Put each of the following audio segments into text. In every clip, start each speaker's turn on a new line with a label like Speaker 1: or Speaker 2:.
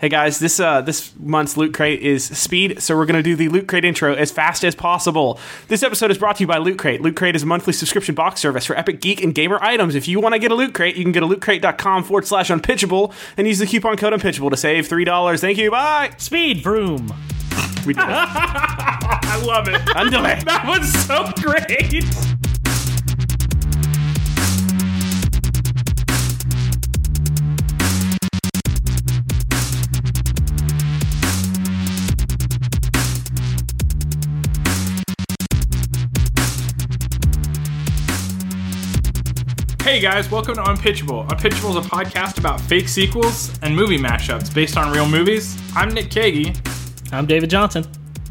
Speaker 1: Hey guys, this uh, this month's loot crate is speed, so we're gonna do the loot crate intro as fast as possible. This episode is brought to you by Loot Crate. Loot Crate is a monthly subscription box service for epic geek and gamer items. If you want to get a loot crate, you can go to lootcrate.com forward slash unpitchable and use the coupon code unpitchable to save three dollars. Thank you. Bye.
Speaker 2: Speed broom.
Speaker 1: We did it.
Speaker 2: I love it.
Speaker 1: Underlay.
Speaker 2: that was so great.
Speaker 3: Hey guys, welcome to Unpitchable. Unpitchable is a podcast about fake sequels and movie mashups based on real movies. I'm Nick Kagi.
Speaker 2: I'm David Johnson.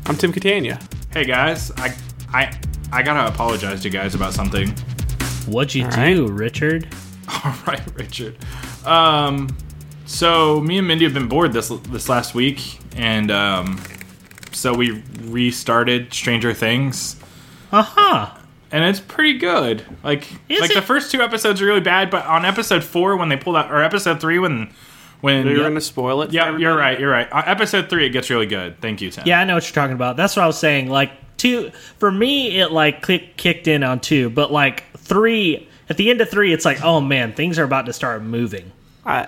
Speaker 1: I'm Tim Catania.
Speaker 3: Hey guys, I I I gotta apologize to you guys about something.
Speaker 2: What'd you
Speaker 1: right.
Speaker 2: do, Richard?
Speaker 3: All right, Richard. Um, so me and Mindy have been bored this this last week, and um, so we restarted Stranger Things,
Speaker 2: Uh huh.
Speaker 3: and it's pretty good. Like
Speaker 2: Is
Speaker 3: like
Speaker 2: it?
Speaker 3: the first two episodes are really bad, but on episode four when they pulled out, or episode three when when
Speaker 1: You're gonna spoil it. for
Speaker 3: Yeah, you're
Speaker 1: everybody?
Speaker 3: right. You're right. Uh, episode three, it gets really good. Thank you, Tim.
Speaker 2: Yeah, I know what you're talking about. That's what I was saying. Like two for me, it like click, kicked in on two, but like three at the end of three, it's like, oh man, things are about to start moving.
Speaker 1: I- Uh,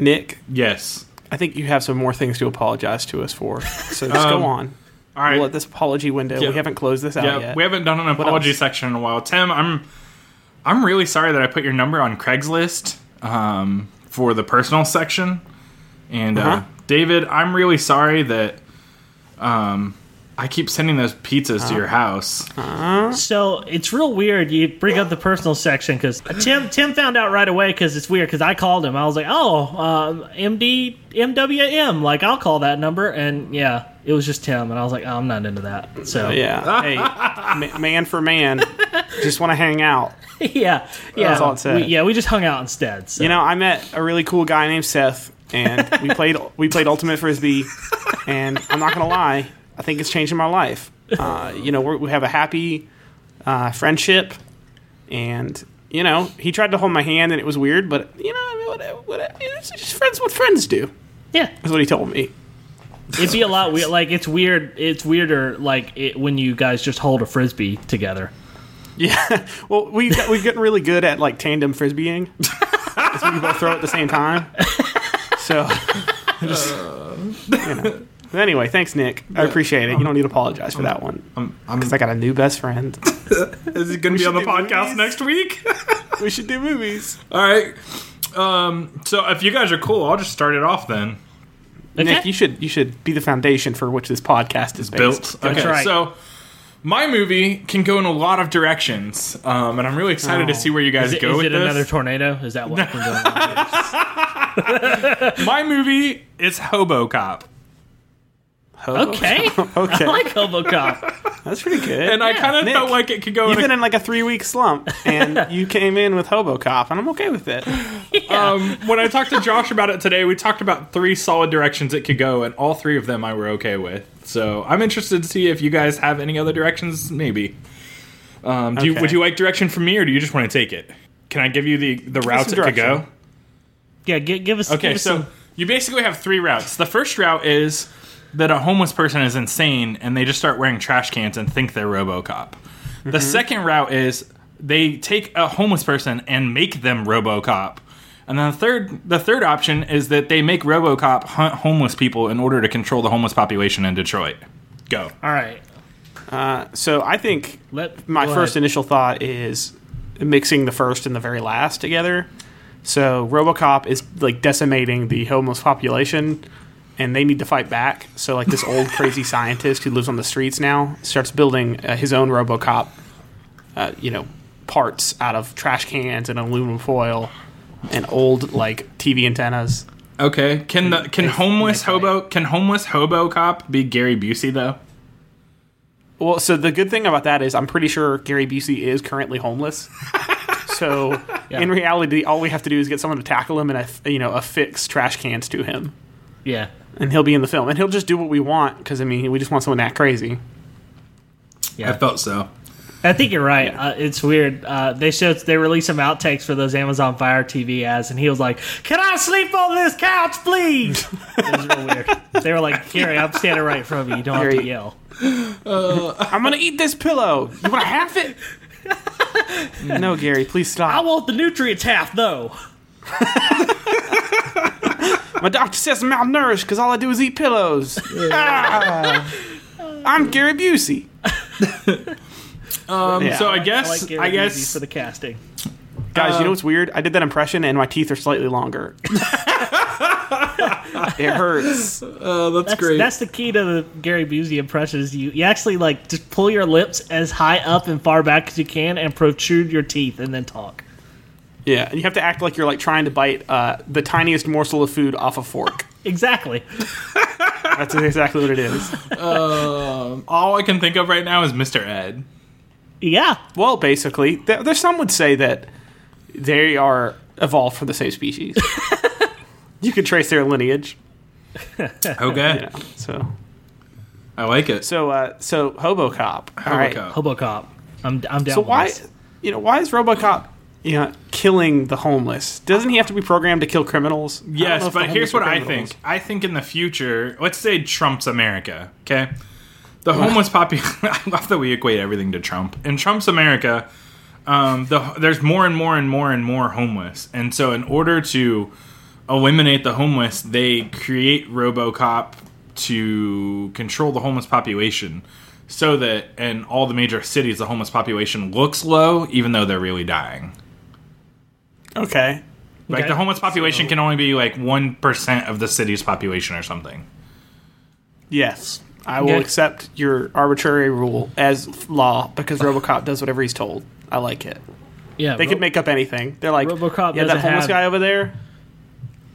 Speaker 1: Nick,
Speaker 3: Yes.
Speaker 1: I think you have some more things to apologize to us for. So just
Speaker 2: Um,
Speaker 1: go on.
Speaker 3: All right.
Speaker 1: We'll let this apology window.
Speaker 3: Yeah.
Speaker 1: We haven't closed this out
Speaker 3: yeah,
Speaker 1: yet.
Speaker 3: we haven't done an apology
Speaker 1: else?
Speaker 3: section in a while. Tim, I'm I'm really sorry that I put your number on Craigslist um, for the personal section, and uh
Speaker 1: Uh-huh.
Speaker 3: David, I'm really sorry that um, I keep sending those pizzas
Speaker 1: Uh-huh.
Speaker 3: to your house.
Speaker 2: So it's real weird. You bring up the personal section because Tim Tim found out right away because it's weird because I called him. I was like, oh, um, MD MWM, like I'll call that number, and yeah, it was just Tim, and I was like, oh, I'm not into that. So
Speaker 1: Yeah. Hey, ma- man for man. Just want to hang out.
Speaker 2: yeah, yeah,
Speaker 1: That's all it said.
Speaker 2: We, yeah, we just hung out instead. So.
Speaker 1: You know, I met a really cool guy named Seth, and we played we played ultimate frisbee. And I'm not gonna lie, I think it's changing my life. Uh, you know, we're, we have a happy uh, friendship, and you know, he tried to hold my hand, and it was weird, but you know, I mean, what, what, it's just friends. What friends do
Speaker 2: yeah,
Speaker 1: is what he told me.
Speaker 2: it'd be a lot weird. Like it's weird. It's weirder like it, when you guys just hold a frisbee together.
Speaker 1: Yeah. Well, we got, we've gotten really good at like tandem frisbeeing. 'Cause we can both throw at the same time. So, just, you know. But anyway, thanks, Nick. I appreciate it. You don't need to apologize for that one.
Speaker 3: I'm,
Speaker 1: Because I got a new best friend.
Speaker 3: is it going to be on the
Speaker 1: should do movies.
Speaker 3: podcast next week?
Speaker 1: we should do movies.
Speaker 3: All right. Um, so if you guys are cool, I'll just start it off then.
Speaker 2: Okay?
Speaker 1: Nick, you should you should be the foundation for which this podcast is based.
Speaker 3: built. Okay,
Speaker 2: right.
Speaker 3: so my movie can go in a lot of directions, um, and I'm really excited to see where you guys
Speaker 2: Is it,
Speaker 3: go
Speaker 2: is
Speaker 3: with
Speaker 2: it
Speaker 3: this.
Speaker 2: another tornado? Is that what? can go on?
Speaker 3: my movie is Hobo Cop,
Speaker 1: Hobo.
Speaker 2: Okay,
Speaker 1: Okay.
Speaker 2: I like Hobocop.
Speaker 1: That's pretty good.
Speaker 3: and I kind of
Speaker 1: Nick,
Speaker 3: felt like it could go
Speaker 1: You've
Speaker 3: in.
Speaker 1: been
Speaker 3: A,
Speaker 1: in like a three week slump, and you came in with Hobocop, and I'm okay with it.
Speaker 3: um, when I talked to Josh about it today, we talked about three solid directions it could go, and all three of them I were okay with. So I'm interested to see if you guys have any other directions. Maybe. Um, do you,
Speaker 1: Okay.
Speaker 3: would you like direction from me, or do you just want to take it? Can I give you the the routes it
Speaker 1: some
Speaker 3: could go?
Speaker 1: direction.
Speaker 2: Yeah, give, give us. give
Speaker 3: Okay,
Speaker 2: us
Speaker 3: so
Speaker 2: some-
Speaker 3: you basically have three routes. The first route is that a homeless person is insane and they just start wearing trash cans and think they're RoboCop.
Speaker 2: Mm-hmm.
Speaker 3: The second route is they take a homeless person and make them RoboCop. And then the third, the third option is that they make RoboCop hunt homeless people in order to control the homeless population in Detroit. Go.
Speaker 2: all right.
Speaker 1: So I think
Speaker 2: Let
Speaker 1: my
Speaker 2: go
Speaker 1: first
Speaker 2: ahead.
Speaker 1: initial thought is mixing the first and the very last together. So RoboCop is like decimating the homeless population, and they need to fight back. So like this old crazy scientist who lives on the streets now starts building uh, his own RoboCop, uh, you know, parts out of trash cans and aluminum foil and old like TV antennas.
Speaker 3: Okay. Can the can homeless hobo can homeless hobo cop be Gary Busey though?
Speaker 1: Well, so the good thing about that is I'm pretty sure Gary Busey is currently homeless. so in reality, all we have to do is get someone to tackle him and uh, you know affix trash cans to him,
Speaker 2: Yeah.
Speaker 1: and he'll be in the film, and he'll just do what we want because I mean we just want someone that crazy.
Speaker 2: Yeah.
Speaker 3: felt so.
Speaker 2: I think you're right. Uh, it's weird. Uh, they showed they released some outtakes for those Amazon Fire TV ads, and he was like, "Can I sleep on this couch, please?" it was real weird. They were like, "Gary, I'm standing right in front of you. You don't have to
Speaker 1: Gary.
Speaker 2: yell."
Speaker 1: I'm gonna eat this pillow. You want to half it? no, Gary, please
Speaker 2: I
Speaker 1: stop.
Speaker 2: want the nutrients half though.
Speaker 1: My doctor says I'm malnourished because all I do is eat pillows. Ah. I'm Gary Busey.
Speaker 3: Um,
Speaker 1: Yeah.
Speaker 3: So I
Speaker 2: I
Speaker 3: guess
Speaker 2: like Gary
Speaker 3: I,
Speaker 2: Busey
Speaker 3: guess
Speaker 2: for the casting.
Speaker 1: Guys, you know what's weird? I did that impression and my teeth are slightly longer. it hurts.
Speaker 3: uh, that's,
Speaker 2: That's,
Speaker 3: great.
Speaker 2: that's the key to the Gary Busey impression is you, you actually like just pull your lips as high up and far back as you can and protrude your teeth and then talk.
Speaker 1: Yeah, and you have to act like you're like trying to bite uh, the tiniest morsel of food off a fork.
Speaker 2: Exactly.
Speaker 1: That's exactly what it is.
Speaker 3: All I can think of right now is Mr. Ed.
Speaker 2: Yeah.
Speaker 1: Well, basically, th- there's some would say that they are evolved from the same species. you can trace their lineage.
Speaker 3: Okay,
Speaker 1: Yeah. So,
Speaker 3: I like it.
Speaker 1: so, uh, so HoboCop. All right.
Speaker 3: Robocop.
Speaker 2: Hobocop. I'm, I'm down
Speaker 1: So
Speaker 2: with
Speaker 1: why,
Speaker 2: this.
Speaker 1: you know, why is RoboCop, you know, killing the homeless? Doesn't he have to be programmed to kill criminals? I don't know
Speaker 3: Yes,
Speaker 1: if the
Speaker 3: but here's
Speaker 1: homeless
Speaker 3: what
Speaker 1: are
Speaker 3: I
Speaker 1: criminals.
Speaker 3: think. I think in the future, let's say Trump's America, okay? The homeless population. I love that we equate everything to Trump. In Trump's America, um, the, there's more and more and more and more homeless, and so in order to eliminate the homeless, they create RoboCop to control the homeless population, so that in all the major cities, the homeless population looks low, even though they're really dying.
Speaker 1: Okay.
Speaker 3: Like
Speaker 2: Okay.
Speaker 3: the homeless population can only be like one percent of the city's population or something.
Speaker 1: Yes. I will
Speaker 2: Okay.
Speaker 1: accept your arbitrary rule as law because RoboCop does whatever he's told. I like it.
Speaker 2: Yeah.
Speaker 1: They could make up anything. They're like,
Speaker 2: RoboCop
Speaker 1: yeah,
Speaker 2: doesn't
Speaker 1: that homeless
Speaker 2: have-
Speaker 1: guy over there,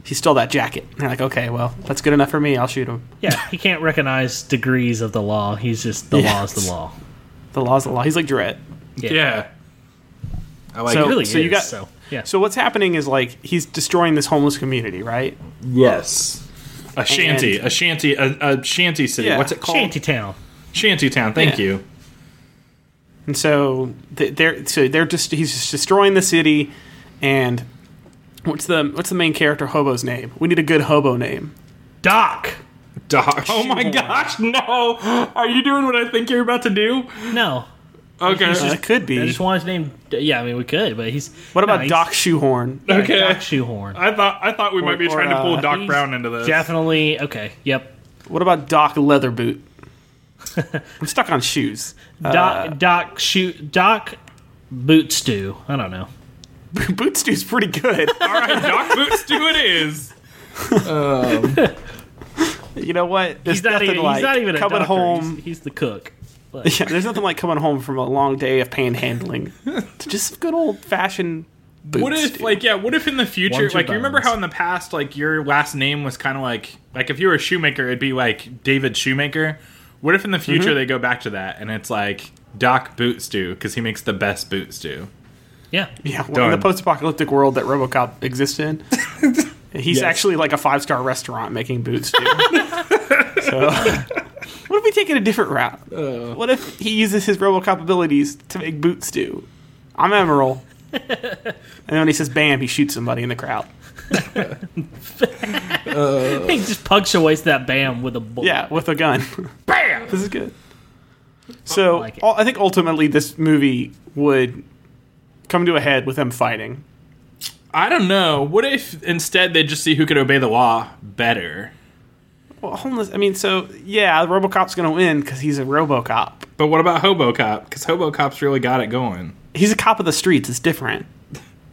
Speaker 1: he stole that jacket. And they're like, okay, well, that's good enough for me. I'll shoot him.
Speaker 2: Yeah, he can't recognize degrees of the law. He's just the law is the
Speaker 1: Yes.
Speaker 2: law.
Speaker 1: The law's the law. He's like Dredd.
Speaker 2: Yeah.
Speaker 3: I like
Speaker 1: So-
Speaker 2: It
Speaker 3: it.
Speaker 2: really
Speaker 1: so
Speaker 2: is.
Speaker 1: you got-
Speaker 2: so yeah.
Speaker 1: So what's happening is like he's destroying this homeless community, right?
Speaker 3: Yes. A shanty,
Speaker 1: And-
Speaker 3: a shanty, a, a shanty city.
Speaker 1: Yeah.
Speaker 3: What's it called?
Speaker 2: Shanty town.
Speaker 3: Shanty town. Thank
Speaker 1: Yeah.
Speaker 3: you.
Speaker 1: And so th- they're so they're just he's just destroying the city, and what's the what's the main character hobo's name? We need a good hobo name.
Speaker 2: Doc.
Speaker 3: Doc. Oh my
Speaker 1: Shoehorn.
Speaker 3: gosh! No. Are you doing what I think you're about to do?
Speaker 2: No,
Speaker 3: Okay.
Speaker 1: Uh, it could
Speaker 2: I
Speaker 1: be.
Speaker 2: just want his name. Yeah, I mean we could, but he's.
Speaker 1: What
Speaker 2: no,
Speaker 1: about
Speaker 2: he's-
Speaker 1: Doc Shoehorn?
Speaker 3: okay.
Speaker 2: Doc Shoehorn.
Speaker 3: I thought I thought we might be
Speaker 1: or,
Speaker 3: trying to pull
Speaker 1: uh,
Speaker 3: Doc
Speaker 2: he's
Speaker 3: Brown into this.
Speaker 2: Definitely. Okay. Yep.
Speaker 1: What about Doc Leatherboot? I'm stuck on shoes. Uh,
Speaker 2: Doc. Doc. Shoot. Doc. Boot stew. I don't know.
Speaker 1: Boot Stew's pretty good.
Speaker 3: All right, Doc Boots, do it is.
Speaker 1: You know what? There's
Speaker 2: He's not
Speaker 1: nothing
Speaker 2: even.
Speaker 1: like
Speaker 2: he's not even a
Speaker 1: coming
Speaker 2: doctor.
Speaker 1: home.
Speaker 2: He's, he's the cook. But-
Speaker 1: Yeah, there's nothing like coming home from a long day of panhandling to just good old fashioned boots.
Speaker 3: What if,
Speaker 1: dude.
Speaker 3: like, yeah? What if in the future,
Speaker 2: Warms your
Speaker 3: like, you remember
Speaker 2: bones.
Speaker 3: how in the past, like, your last name was kind of like, like, if you were a shoemaker, it'd be like David Shoemaker. What if in the future they go back to that and it's like Doc Boots do because he makes the best boots do.
Speaker 2: Yeah.
Speaker 1: Yeah, well, in
Speaker 3: Done.
Speaker 1: the post-apocalyptic world that RoboCop exists in, he's
Speaker 3: Yes.
Speaker 1: actually like a five-star restaurant making boots too. so, what if we take it a different route?
Speaker 3: Uh.
Speaker 1: What if he uses his RoboCop abilities to make boots do? I'm Emerald, and then when he says "Bam," he shoots somebody in the crowd.
Speaker 2: He just punctuates that bam with a bullet.
Speaker 1: Yeah, with a gun.
Speaker 3: Bam!
Speaker 1: this is good. So,
Speaker 2: like it.
Speaker 1: ul- I think ultimately this movie would come to a head with them fighting.
Speaker 3: I don't know. What if instead they just see who could obey the law better?
Speaker 1: Well, homeless. I mean, so yeah, RoboCop's gonna win because he's a RoboCop.
Speaker 3: But what about Hobo Cop? Because Hobo Cop's really got it going.
Speaker 1: He's a cop of the streets. It's different.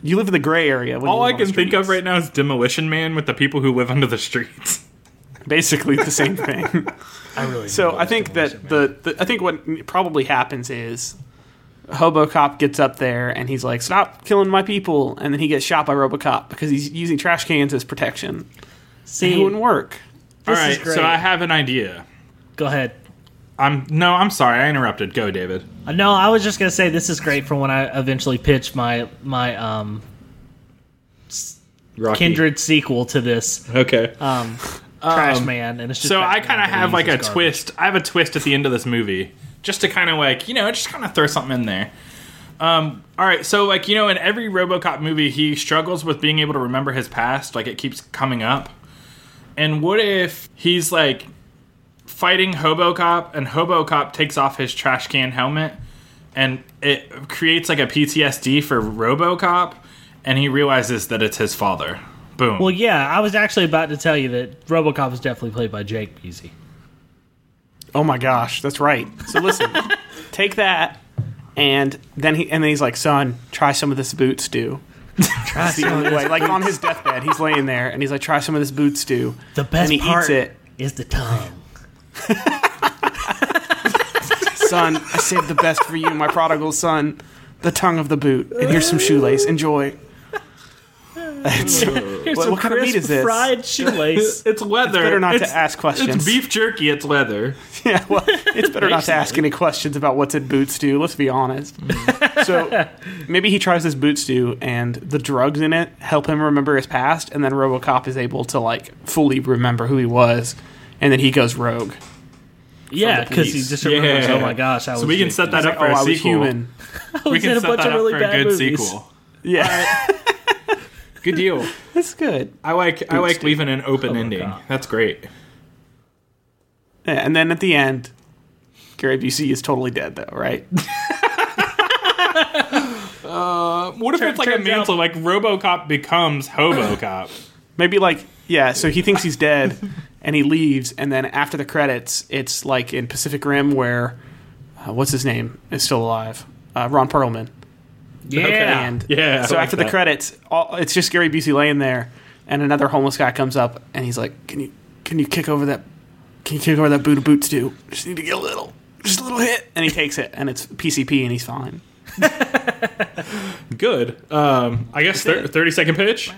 Speaker 1: You live in the gray area. When
Speaker 3: All I can think of right now is Demolition Man with the people who live under the streets.
Speaker 1: basically the same thing.
Speaker 2: I really.
Speaker 1: So I think that the, the I think what probably happens is HoboCop gets up there and he's like, "Stop killing my people!" And then he gets shot by RoboCop because he's using trash cans as protection.
Speaker 2: see.
Speaker 1: It wouldn't work.
Speaker 3: All
Speaker 2: This is
Speaker 3: right,
Speaker 2: great.
Speaker 3: so I have an idea.
Speaker 2: Go ahead.
Speaker 3: I'm no, I'm sorry, I interrupted. Go, David.
Speaker 2: Uh, No, I was just gonna say this is great for when I eventually pitch my my um,
Speaker 3: Rocky.
Speaker 2: kindred sequel to this
Speaker 3: Okay.
Speaker 2: um, Trash Man, and it's just
Speaker 3: so I
Speaker 2: Batman,
Speaker 3: kind
Speaker 2: but
Speaker 3: of
Speaker 2: he
Speaker 3: have like a
Speaker 2: uses garbage.
Speaker 3: twist. I have a twist at the end of this movie just to kind of like you know just kind of throw something in there. Um, all right, so like you know, in every RoboCop movie, he struggles with being able to remember his past. Like it keeps coming up. And what if he's like fighting Hobo Cop, and Hobo Cop takes off his trash can helmet, and it creates like a PTSD for RoboCop, and he realizes that it's his father. Boom.
Speaker 2: Well, yeah, I was actually about to tell you that RoboCop is definitely played by Jake Busey.
Speaker 1: Oh my gosh, that's right. So listen, take that, and then he and then he's like, "Son, try some of this boots stew." That's the only way. Like on his deathbed, he's laying there, and he's like, "Try some of this boots stew."
Speaker 2: The best
Speaker 1: and he
Speaker 2: part
Speaker 1: eats it.
Speaker 2: is the tongue.
Speaker 1: Son, I saved the best for you, my prodigal son. The tongue of the boot, and here's some shoelace. Enjoy. It's-
Speaker 2: Here's
Speaker 1: What-
Speaker 2: some
Speaker 1: what kind of
Speaker 2: crisp
Speaker 1: meat is this?
Speaker 2: Fried shoelace.
Speaker 3: it's leather.
Speaker 1: better not
Speaker 3: It's-
Speaker 1: to ask questions.
Speaker 3: It's beef jerky. It's leather.
Speaker 1: Yeah, well, it's better not to ask any questions about what's in boot stew. Let's be honest.
Speaker 3: Mm.
Speaker 1: so maybe he tries this boot stew, and the drugs in it help him remember his past, and then RoboCop is able to like fully remember who he was, and then he goes rogue.
Speaker 2: yeah,
Speaker 1: the
Speaker 2: because he
Speaker 1: police.
Speaker 2: just remembers. Oh my gosh, I
Speaker 3: so
Speaker 2: was.
Speaker 3: we can
Speaker 2: Jake
Speaker 3: set
Speaker 2: Busey.
Speaker 3: that
Speaker 1: Like, oh,
Speaker 3: up for a
Speaker 1: I was
Speaker 3: sequel.
Speaker 1: human.
Speaker 2: I
Speaker 3: We
Speaker 2: was in
Speaker 3: can
Speaker 2: a
Speaker 3: set
Speaker 2: bunch
Speaker 3: that
Speaker 2: of
Speaker 3: up
Speaker 2: really
Speaker 3: for
Speaker 2: bad
Speaker 3: a good
Speaker 2: movies.
Speaker 3: sequel.
Speaker 1: Yeah,
Speaker 3: Good deal.
Speaker 1: that's good.
Speaker 3: I like I like leaving an open ending.
Speaker 2: God.
Speaker 3: That's great.
Speaker 1: Yeah, and then at the end, Gary Busey is totally dead, though, right?
Speaker 3: What if it's like a
Speaker 2: turns out-
Speaker 3: mantle? Like RoboCop becomes HoboCop.
Speaker 1: Maybe like yeah. So he thinks he's dead, and he leaves. And then after the credits, it's like in Pacific Rim where uh, what's his name is still alive, uh, Ron Perlman.
Speaker 2: Yeah.
Speaker 1: And
Speaker 3: Yeah, I
Speaker 1: So
Speaker 3: like
Speaker 1: after the
Speaker 3: that.
Speaker 1: credits, all, it's just Gary Busey laying there, and another homeless guy comes up, and he's like, "Can you can you kick over that? Can you kick over that boot of boots too? Just need to get a little, just a little hit." And he takes it, and it's PCP, and he's fine.
Speaker 3: Good. Um, I guess thir- thirty second pitch.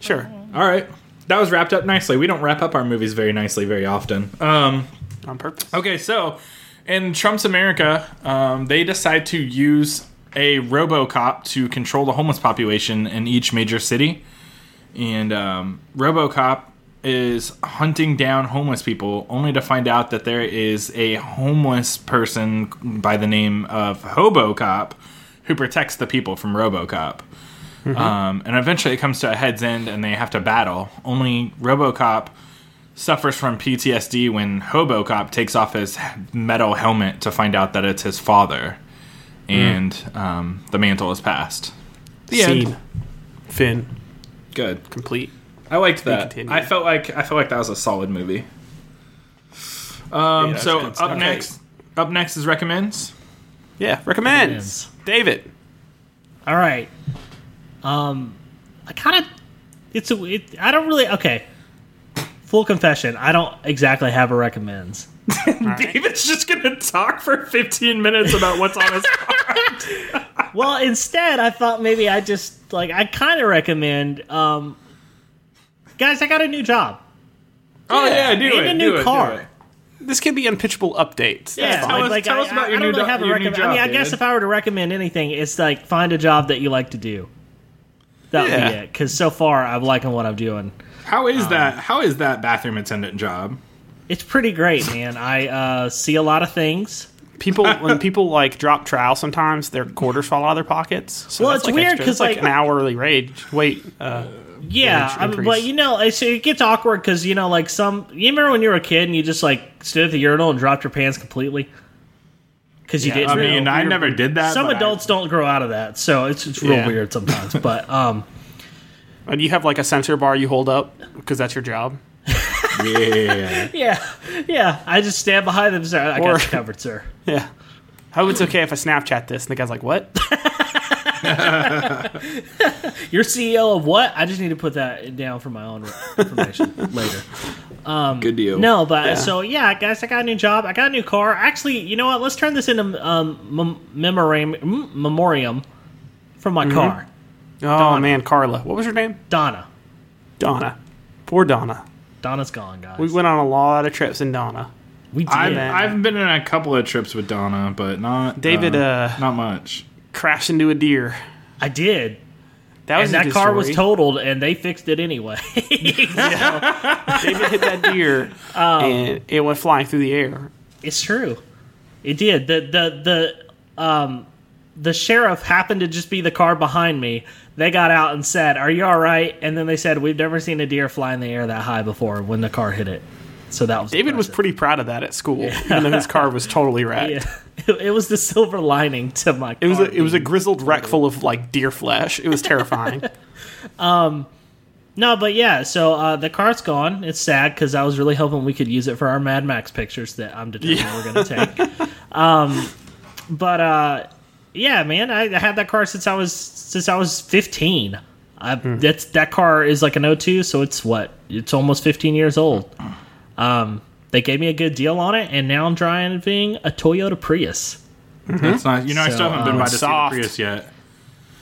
Speaker 1: Sure,
Speaker 3: All right. That was wrapped up nicely. We don't wrap up our movies very nicely very often. Um,
Speaker 1: on purpose.
Speaker 3: okay, so in Trump's America, um, they decide to use a RoboCop to control the homeless population in each major city. And um, RoboCop is hunting down homeless people only to find out that there is a homeless person by the name of HoboCop who protects the people from RoboCop. Um, and eventually it comes to a head's end and they have to battle. Only Robocop suffers from PTSD when Hobocop takes off his metal helmet to find out that it's his father. And um, the mantle is passed. The
Speaker 1: Scene. Finn,
Speaker 3: Good.
Speaker 1: complete.
Speaker 3: I liked that.
Speaker 1: continue.
Speaker 3: I felt like I felt like that was a solid movie. Um,
Speaker 1: that's
Speaker 3: so
Speaker 1: good
Speaker 3: up
Speaker 1: stuff.
Speaker 3: next, up next is recommends.
Speaker 1: Yeah, recommends.
Speaker 2: Recommends.
Speaker 1: David.
Speaker 2: All right. Um, I kind of. It's a. It, I don't really. Okay. Full confession. I don't exactly have a recommends.
Speaker 3: David's just gonna talk for 15 minutes about what's on his.
Speaker 2: Well, instead, I thought maybe I just like I kind of recommend. Um, guys, I got a new job.
Speaker 3: oh yeah,
Speaker 2: And
Speaker 3: do it.
Speaker 2: a
Speaker 3: do
Speaker 2: new
Speaker 3: it, do
Speaker 2: car.
Speaker 3: it.
Speaker 1: This could be unpitchable updates. That's
Speaker 2: Yeah,
Speaker 3: tell
Speaker 1: fine.
Speaker 3: us- tell
Speaker 2: I,
Speaker 3: us about
Speaker 2: I-
Speaker 3: your
Speaker 2: I don't
Speaker 3: new
Speaker 2: really
Speaker 3: do-
Speaker 2: have a
Speaker 3: your new
Speaker 2: recommend. I mean, I
Speaker 3: job,
Speaker 2: guess
Speaker 3: David.
Speaker 2: if I were to recommend anything, it's like find a job that you like to do. That would be
Speaker 1: Yeah.
Speaker 2: it. Because so far, I'm liking what I'm doing.
Speaker 3: How is
Speaker 2: Um,
Speaker 3: that? How is that bathroom attendant job?
Speaker 2: It's pretty great, man. I uh, see a lot of things.
Speaker 1: People when people like drop trowel, sometimes their quarters fall out of their pockets. So
Speaker 2: Well,
Speaker 1: that's,
Speaker 2: it's
Speaker 1: like,
Speaker 2: weird
Speaker 1: extra.
Speaker 2: 'cause,
Speaker 1: It's like,
Speaker 2: like-
Speaker 1: an hourly rage. Wait, uh,
Speaker 2: Yeah,
Speaker 1: wage
Speaker 2: I mean,
Speaker 1: increase.
Speaker 2: but you know, it's, it gets awkward because you know, like some. You remember when you were a kid and you just like stood at the urinal and dropped your pants completely because you
Speaker 1: Yeah,
Speaker 2: didn't.
Speaker 3: I mean,
Speaker 2: know.
Speaker 3: I never did that.
Speaker 2: some
Speaker 3: but I-
Speaker 2: adults don't grow out of that, so it's it's real
Speaker 1: Yeah.
Speaker 2: weird sometimes. But um,
Speaker 1: and you have like a sensor bar you hold up because that's your job.
Speaker 3: yeah.
Speaker 2: yeah, yeah, I just stand behind them. Sir, I
Speaker 1: Or-
Speaker 2: got you covered, sir.
Speaker 1: Yeah. Oh, it's okay if I Snapchat this, and the guy's like, "What?" Oh,
Speaker 2: You're CEO of what? I just need to put that down for my own information later.
Speaker 3: Good deal.
Speaker 2: No, but so yeah, guys, I got a new job. I got a new car. Actually, you know what? Let's turn this into um, mem- memoriam, mm, memoriam from my car.
Speaker 1: Oh man, Carla, what was her name?
Speaker 2: Donna.
Speaker 1: Donna. Poor Donna.
Speaker 2: Donna's gone, guys.
Speaker 1: We went on a lot of trips in Donna.
Speaker 2: We did.
Speaker 3: I've,
Speaker 1: Yeah.
Speaker 3: I've been on a couple of trips with Donna, but not
Speaker 1: David, uh,
Speaker 3: not much.
Speaker 1: Crashed into a deer.
Speaker 2: I did.
Speaker 1: That was
Speaker 2: And
Speaker 1: a
Speaker 2: that
Speaker 1: good
Speaker 2: car was
Speaker 1: story.
Speaker 2: totaled, and they fixed it anyway. Oh.
Speaker 1: David hit that deer, and it went flying through the air.
Speaker 2: it's true. It did. The the the um the sheriff happened to just be the car behind me. They got out and said, "Are you all right?" And then they said, "We've never seen a deer fly in the air that high before." When the car hit it, so that was
Speaker 1: David was
Speaker 2: impressive.
Speaker 1: pretty proud of that at school, even though his car was totally wrecked.
Speaker 2: Yeah. It, was the silver lining to my.
Speaker 1: It was a, it was a grizzled wreck full of like deer flesh. It was terrifying.
Speaker 2: No, but yeah, so uh, the car's gone. It's sad because I was really hoping we could use it for our Mad Max pictures that I'm determined we're going to take. um, but uh, yeah, man, I, I had that car since I was since I was 15. I, That's that car is like an 02, so it's what it's almost 15 years old. Um, they gave me a good deal on it, and now I'm driving a Toyota Prius.
Speaker 1: Mm-hmm.
Speaker 3: That's nice. You know, I
Speaker 2: So,
Speaker 3: still haven't been
Speaker 2: um,
Speaker 3: by to see the
Speaker 1: soft.
Speaker 3: Prius yet.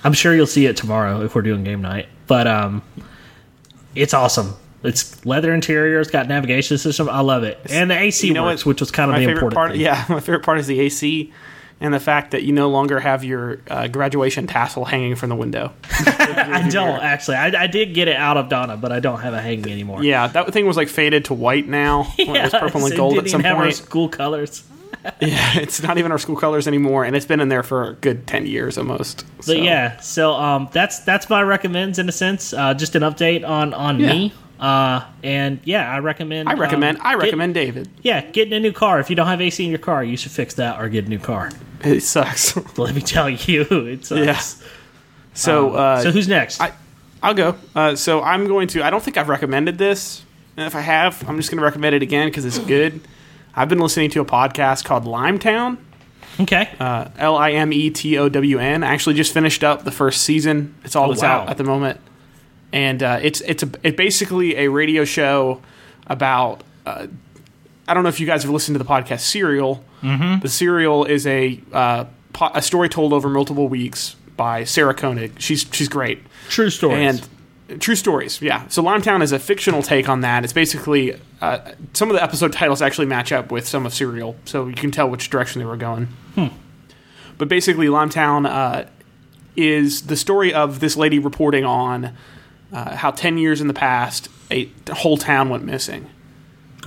Speaker 2: I'm sure you'll see it tomorrow if we're doing game night. But um, it's awesome. It's leather interior. It's got navigation system. I love it, and the AC
Speaker 1: you know
Speaker 2: works,
Speaker 1: what?
Speaker 2: which was kind of
Speaker 1: my
Speaker 2: the
Speaker 1: favorite
Speaker 2: important
Speaker 1: part,
Speaker 2: thing.
Speaker 1: yeah, my favorite part is the AC and the fact that you no longer have your uh, graduation tassel hanging from the window.
Speaker 2: I don't actually. I, I did get it out of Donna, but I don't have it hanging anymore.
Speaker 1: Yeah, that thing was like faded to white now. when it was purple and
Speaker 2: so
Speaker 1: gold
Speaker 2: didn't
Speaker 1: at some
Speaker 2: even have Our
Speaker 1: point.
Speaker 2: school colors.
Speaker 1: it's not even our school colors anymore, and it's been in there for a good ten years almost. So.
Speaker 2: But yeah, so um, that's that's my recommends in a sense. Uh, just an update on on
Speaker 1: Yeah.
Speaker 2: me. Uh, and yeah, I recommend.
Speaker 1: I recommend.
Speaker 2: um,
Speaker 1: I
Speaker 2: get-
Speaker 1: recommend David.
Speaker 2: yeah, getting a new car. If you don't have AC in your car, you should fix that or get a new car.
Speaker 1: It sucks.
Speaker 2: Let me tell you, it's uh,
Speaker 1: yeah. So uh,
Speaker 2: Um, So who's next?
Speaker 1: I, I'll go. Uh, so I'm going to. I don't think I've recommended this. And if I have, I'm just going to recommend it again because it's good. I've been listening to a podcast called Limetown.
Speaker 2: okay.
Speaker 1: Uh, L I M E T O W N. I actually just finished up the first season. It's all that's
Speaker 2: wow.
Speaker 1: out at the moment, and uh, it's it's a, it's basically a radio show about. Uh, I don't know if you guys have listened to the podcast Serial. Mm-hmm. The Serial is a uh, po- a story told over multiple weeks by Sarah Koenig. She's she's great.
Speaker 2: True stories.
Speaker 1: And true stories, yeah. So Limetown is a fictional take on that. It's basically uh, some of the episode titles actually match up with some of Serial, so you can tell which direction they were going. But basically, Limetown uh, is the story of this lady reporting on uh, how ten years in the past a whole town went missing.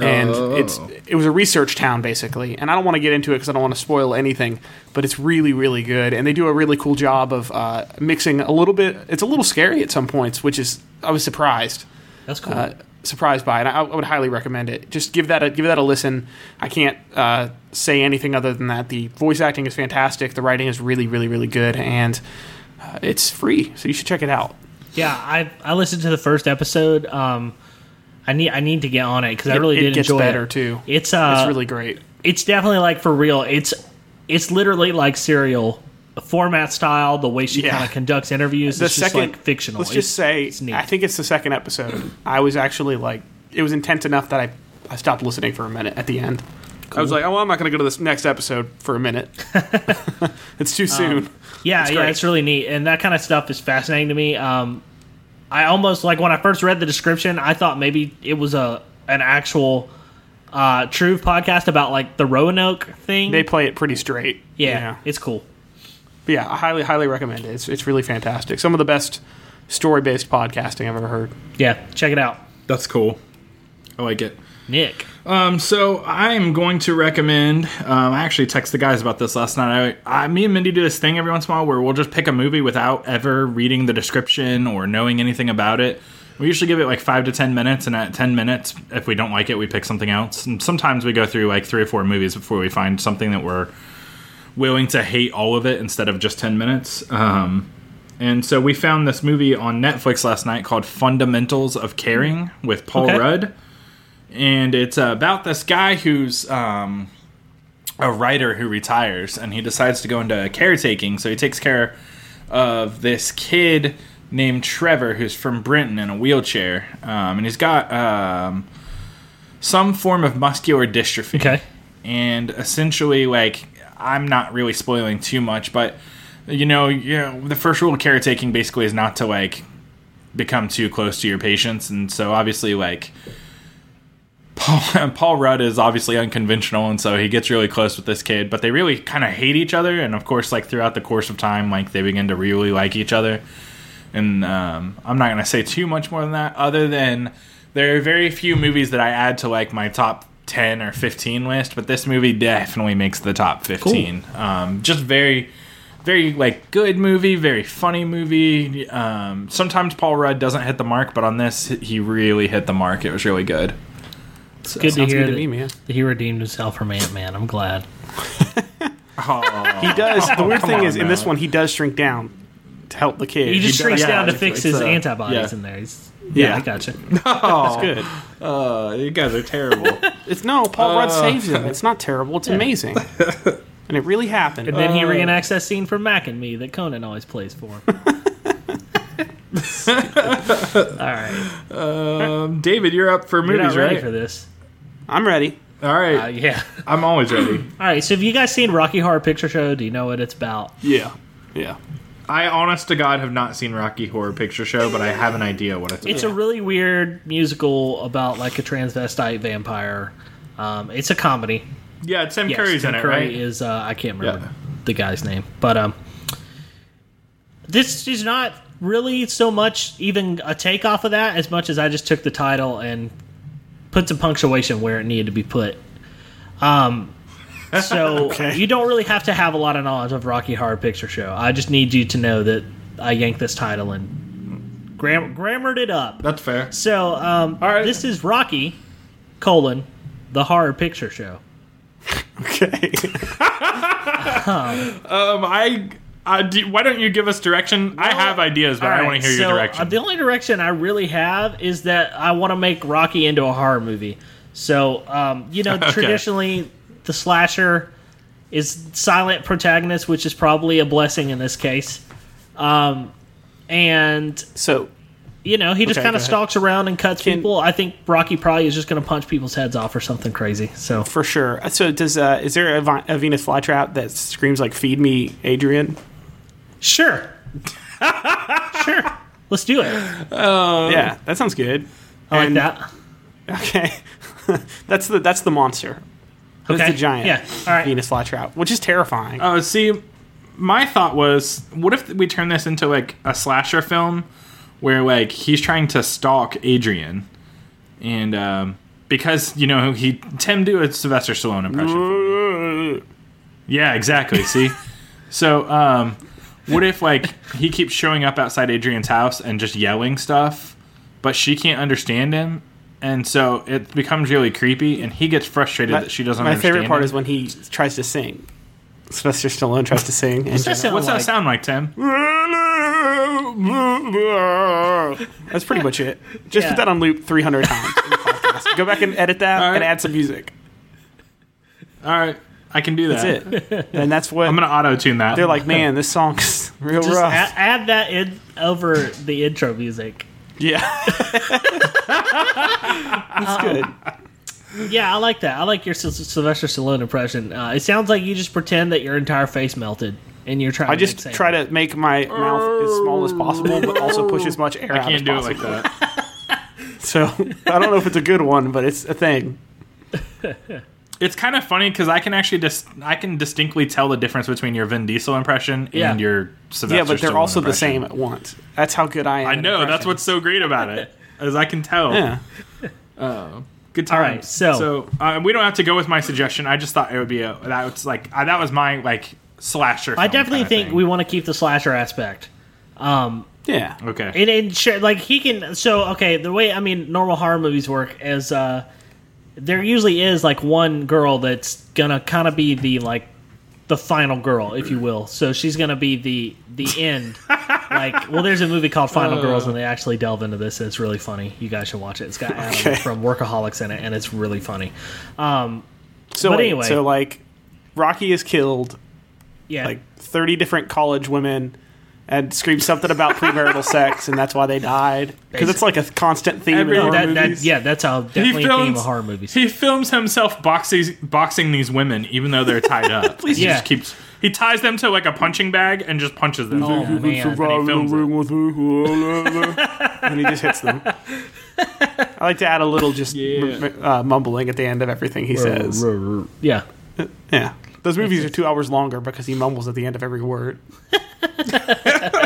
Speaker 1: And
Speaker 4: Oh.
Speaker 1: it's it was a research town basically, and I don't want to get into it because I don't want to spoil anything. But it's really really good, and they do a really cool job of uh, mixing a little bit. It's a little scary at some points, which is I was surprised
Speaker 2: That's cool.
Speaker 1: uh, surprised by it. I, I would highly recommend it. Just give that a, give that a listen. I can't uh, say anything other than that. The voice acting is fantastic. The writing is really, really, really good, and uh, it's free, so you should check it out.
Speaker 2: yeah, I I listened to the first episode. Um, I need I need to get on it because I
Speaker 1: It-
Speaker 2: really
Speaker 1: it
Speaker 2: did
Speaker 1: gets
Speaker 2: enjoy
Speaker 1: better,
Speaker 2: it.
Speaker 1: too.
Speaker 2: It's uh,
Speaker 1: It's
Speaker 2: it's
Speaker 1: really great.
Speaker 2: definitely like for real. It's it's literally like serial format style. The way she
Speaker 1: Yeah.
Speaker 2: kind of conducts interviews.
Speaker 1: The
Speaker 2: it's
Speaker 1: second
Speaker 2: just like fictional.
Speaker 1: Let's
Speaker 2: It's-
Speaker 1: just say
Speaker 2: it's neat.
Speaker 1: I think it's the second episode. I was actually like, it was intense enough that I. I stopped listening for a minute at the end. I was like, "Oh, I'm not going to go to this next episode for a minute. it's
Speaker 2: Um,
Speaker 1: too soon."
Speaker 2: Yeah, yeah,
Speaker 1: great.
Speaker 2: it's really neat, and that kind of stuff is fascinating to me. Um, I almost like when I first read the description, I thought maybe it was a an actual uh, true podcast about like the Roanoke thing.
Speaker 1: they play it pretty straight.
Speaker 2: yeah,
Speaker 1: You know?
Speaker 2: it's cool.
Speaker 1: But yeah, I highly, highly recommend it. It's, it's really fantastic. Some of the best story based podcasting I've ever heard.
Speaker 2: Yeah, check it out,
Speaker 3: That's cool. I like it.
Speaker 2: Nick.
Speaker 3: Um, so I'm going to recommend. Um, I actually texted the guys about this last night. I, I, me and Mindy do this thing every once in a while where we'll just pick a movie without ever reading the description or knowing anything about it. We usually give it like five to ten minutes, and at ten minutes, if we don't like it, we pick something else. And sometimes we go through like three or four movies before we find something that we're willing to hate all of it instead of just ten minutes. Um, and so we found this movie on Netflix last night called Fundamentals of Caring with Paul
Speaker 2: Okay.
Speaker 3: Rudd and it's uh, about this guy who's um, a writer who retires and he decides to go into caretaking so he takes care of this kid named trevor who's from brenton in a wheelchair um, and he's got um, some form of muscular dystrophy
Speaker 2: Okay,
Speaker 3: and essentially like i'm not really spoiling too much but you know you know, the first rule of caretaking basically is not to like become too close to your patients and so obviously like Paul, Paul Rudd is obviously unconventional, and so he gets really close with this kid. But they really kind of hate each other, and of course, like throughout the course of time, like they begin to really like each other. And um, I'm not gonna say too much more than that, other than there are very few movies that I add to like my top ten or fifteen list, but this movie definitely makes the top fifteen. Um, just very, very like good movie, very funny movie. Um, sometimes Paul Rudd doesn't hit the mark, but on this he really hit the mark. It was really good.
Speaker 1: It's
Speaker 2: good to hear
Speaker 1: good to
Speaker 2: that-
Speaker 1: me, man.
Speaker 2: He redeemed himself from Ant Man. I'm glad.
Speaker 1: He does. The weird
Speaker 3: come
Speaker 1: thing
Speaker 3: on
Speaker 1: is, in this
Speaker 3: now.
Speaker 1: one, he does shrink down to help the kid.
Speaker 2: He just
Speaker 3: does-
Speaker 2: shrinks
Speaker 3: yeah,
Speaker 2: down to
Speaker 3: it's-
Speaker 2: fix
Speaker 3: it's,
Speaker 2: his
Speaker 3: uh,
Speaker 2: antibodies
Speaker 3: yeah.
Speaker 2: in there. He's, yeah,
Speaker 1: Yeah.
Speaker 2: I gotcha. Oh.
Speaker 1: It's good.
Speaker 3: Uh, you guys are terrible.
Speaker 1: It's no Paul Rudd
Speaker 2: Oh.
Speaker 1: saves him. It's not terrible. It's amazing, and it really happened.
Speaker 2: And then he reenacts that scene from Mac and Me that Conan always plays for him. All right,
Speaker 3: um, David, you're up for
Speaker 2: you're
Speaker 3: movies,
Speaker 2: not ready
Speaker 3: right?
Speaker 2: for this.
Speaker 1: I'm ready.
Speaker 3: All
Speaker 2: Uh,
Speaker 3: right,
Speaker 2: yeah.
Speaker 3: I'm always ready.
Speaker 2: All right. So, have you guys seen Rocky Horror Picture Show? Do you know what it's about?
Speaker 1: Yeah, yeah.
Speaker 3: I honest to God have not seen Rocky Horror Picture Show, but I have an idea what it's.
Speaker 2: It's a really weird musical about like a transvestite vampire. Um, it's a comedy.
Speaker 3: yeah, Tim
Speaker 2: Yes,
Speaker 3: Curry's
Speaker 2: Tim
Speaker 3: in it,
Speaker 2: Curry
Speaker 3: right?
Speaker 2: Is uh, I can't remember
Speaker 3: Yeah.
Speaker 2: the guy's name, but um, this is not really so much even a takeoff of that as much as I just took the title and put some punctuation where it needed to be put. Um, so you don't really have to have a lot of knowledge of Rocky Horror Picture Show. I just need you to know that I yanked this title and gram- grammared it up.
Speaker 3: That's fair.
Speaker 2: So, um,
Speaker 3: right.
Speaker 2: this is Rocky, colon, the horror picture show.
Speaker 1: Okay.
Speaker 3: Um, I, I do, why don't you give us direction? I have ideas, but I
Speaker 2: All
Speaker 3: want
Speaker 2: right,
Speaker 3: to hear your
Speaker 2: so,
Speaker 3: direction.
Speaker 2: uh, the only direction I really have is that I want to make Rocky into a horror movie. So, um, you know,
Speaker 3: Okay.
Speaker 2: traditionally the slasher is silent protagonist, which is probably a blessing in this case. Um, and
Speaker 1: So
Speaker 2: you know, he just
Speaker 1: Okay,
Speaker 2: kind
Speaker 1: go
Speaker 2: of
Speaker 1: ahead.
Speaker 2: stalks around and cuts
Speaker 1: Can-
Speaker 2: people. I think Rocky probably is just going to punch people's heads off or something crazy. So,
Speaker 1: for sure. So does uh, is there a, Vi- a Venus flytrap that screams like "Feed me, Adrian"?
Speaker 2: sure, sure, let's do it. Uh.
Speaker 1: yeah, that sounds good.
Speaker 2: I like
Speaker 1: And-
Speaker 2: that.
Speaker 1: Okay, that's the that's the monster. That's
Speaker 2: Okay.
Speaker 1: the giant
Speaker 2: Yeah. All right. Uh,
Speaker 1: Venus flytrap, which is terrifying.
Speaker 3: Oh, see, my thought was, what if we turn this into like a slasher film, where like he's trying to stalk Adrian, and um, because you know he Tim do a Sylvester Stallone impression. for me. Yeah, exactly. See, so um, what if like he keeps showing up outside Adrian's house and just yelling stuff, but she can't understand him. And so it becomes really creepy, and he gets frustrated that she doesn't.
Speaker 1: My
Speaker 3: understand
Speaker 1: favorite part
Speaker 3: him.
Speaker 1: is when he tries to sing. Sylvester Stallone tries to sing. And
Speaker 2: that sound
Speaker 3: what's that
Speaker 2: like?
Speaker 3: sound like, Tim?
Speaker 1: That's pretty much it. Just
Speaker 2: Yeah.
Speaker 1: put that on loop 300 times. in the podcast. Go back and edit that
Speaker 3: All right.
Speaker 1: and add some music.
Speaker 3: All right, I can do that.
Speaker 1: That's it. And that's what
Speaker 3: I'm gonna auto tune that.
Speaker 1: they're like, man, this song's real
Speaker 2: Just
Speaker 1: rough.
Speaker 2: add, add that in over the intro music.
Speaker 1: yeah. that's good.
Speaker 2: Yeah, I like that. I like your Syl- Sylvester Stallone impression. Uh, it sounds like you just pretend that your entire face melted and you're trying.
Speaker 1: I just
Speaker 2: to
Speaker 1: try to make my mouth as small as possible, but also push as much air
Speaker 3: I
Speaker 1: out as
Speaker 3: can't do it
Speaker 1: possible.
Speaker 3: like that.
Speaker 1: So I don't know if it's a good one, but it's a thing.
Speaker 3: It's kind of funny because I can actually just I can distinctly tell the difference between your Vin Diesel impression
Speaker 2: Yeah.
Speaker 3: and your Sylvester.
Speaker 1: yeah, but they're
Speaker 3: Stallone
Speaker 1: also the
Speaker 3: impression.
Speaker 1: same at once. That's how good I am.
Speaker 3: I
Speaker 1: at
Speaker 3: know that's
Speaker 1: impressions.
Speaker 3: what's so great about it, as I can tell.
Speaker 1: Yeah.
Speaker 3: Good times.
Speaker 2: All right, so-
Speaker 3: uh, we don't have to go with my suggestion. I just thought it would be a that was like I, that was my like slasher.
Speaker 2: I
Speaker 3: film
Speaker 2: definitely
Speaker 3: kinda
Speaker 2: think
Speaker 3: thing.
Speaker 2: we want to keep the slasher aspect. Um,
Speaker 1: Yeah.
Speaker 3: okay.
Speaker 2: and, and sure, like he can. So okay, the way I mean normal horror movies work is uh, there usually is like one girl that's gonna kind of be the like the final girl, if you will. So she's gonna be the the end. like, well, there's a movie called Final Girls,
Speaker 1: Uh.
Speaker 2: and they actually delve into this, and it's really funny. You guys should watch it. It's got Adam
Speaker 1: Okay.
Speaker 2: from Workaholics in it, and it's really funny. Um,
Speaker 1: So
Speaker 2: But
Speaker 1: wait,
Speaker 2: anyway.
Speaker 1: so like, Rocky is killed.
Speaker 2: yeah,
Speaker 1: Like thirty different college women, and screamed something about premarital sex, and that's why they died. Because it's like a constant theme
Speaker 3: Every-
Speaker 1: in
Speaker 2: no,
Speaker 1: horror
Speaker 2: that, that,
Speaker 1: movies.
Speaker 2: yeah, that's how definitely a theme of horror movies.
Speaker 3: He films himself boxing boxing these women, even though they're tied up. Please,
Speaker 2: Yeah.
Speaker 3: just keeps. He ties them to like a punching bag and just punches them.
Speaker 2: Oh, man.
Speaker 1: and he just hits them. I like to add a little just
Speaker 3: Yeah.
Speaker 1: m- uh, mumbling at the end of everything he says.
Speaker 2: Yeah.
Speaker 1: Yeah. Those movies are two hours longer because he mumbles at the end of every word.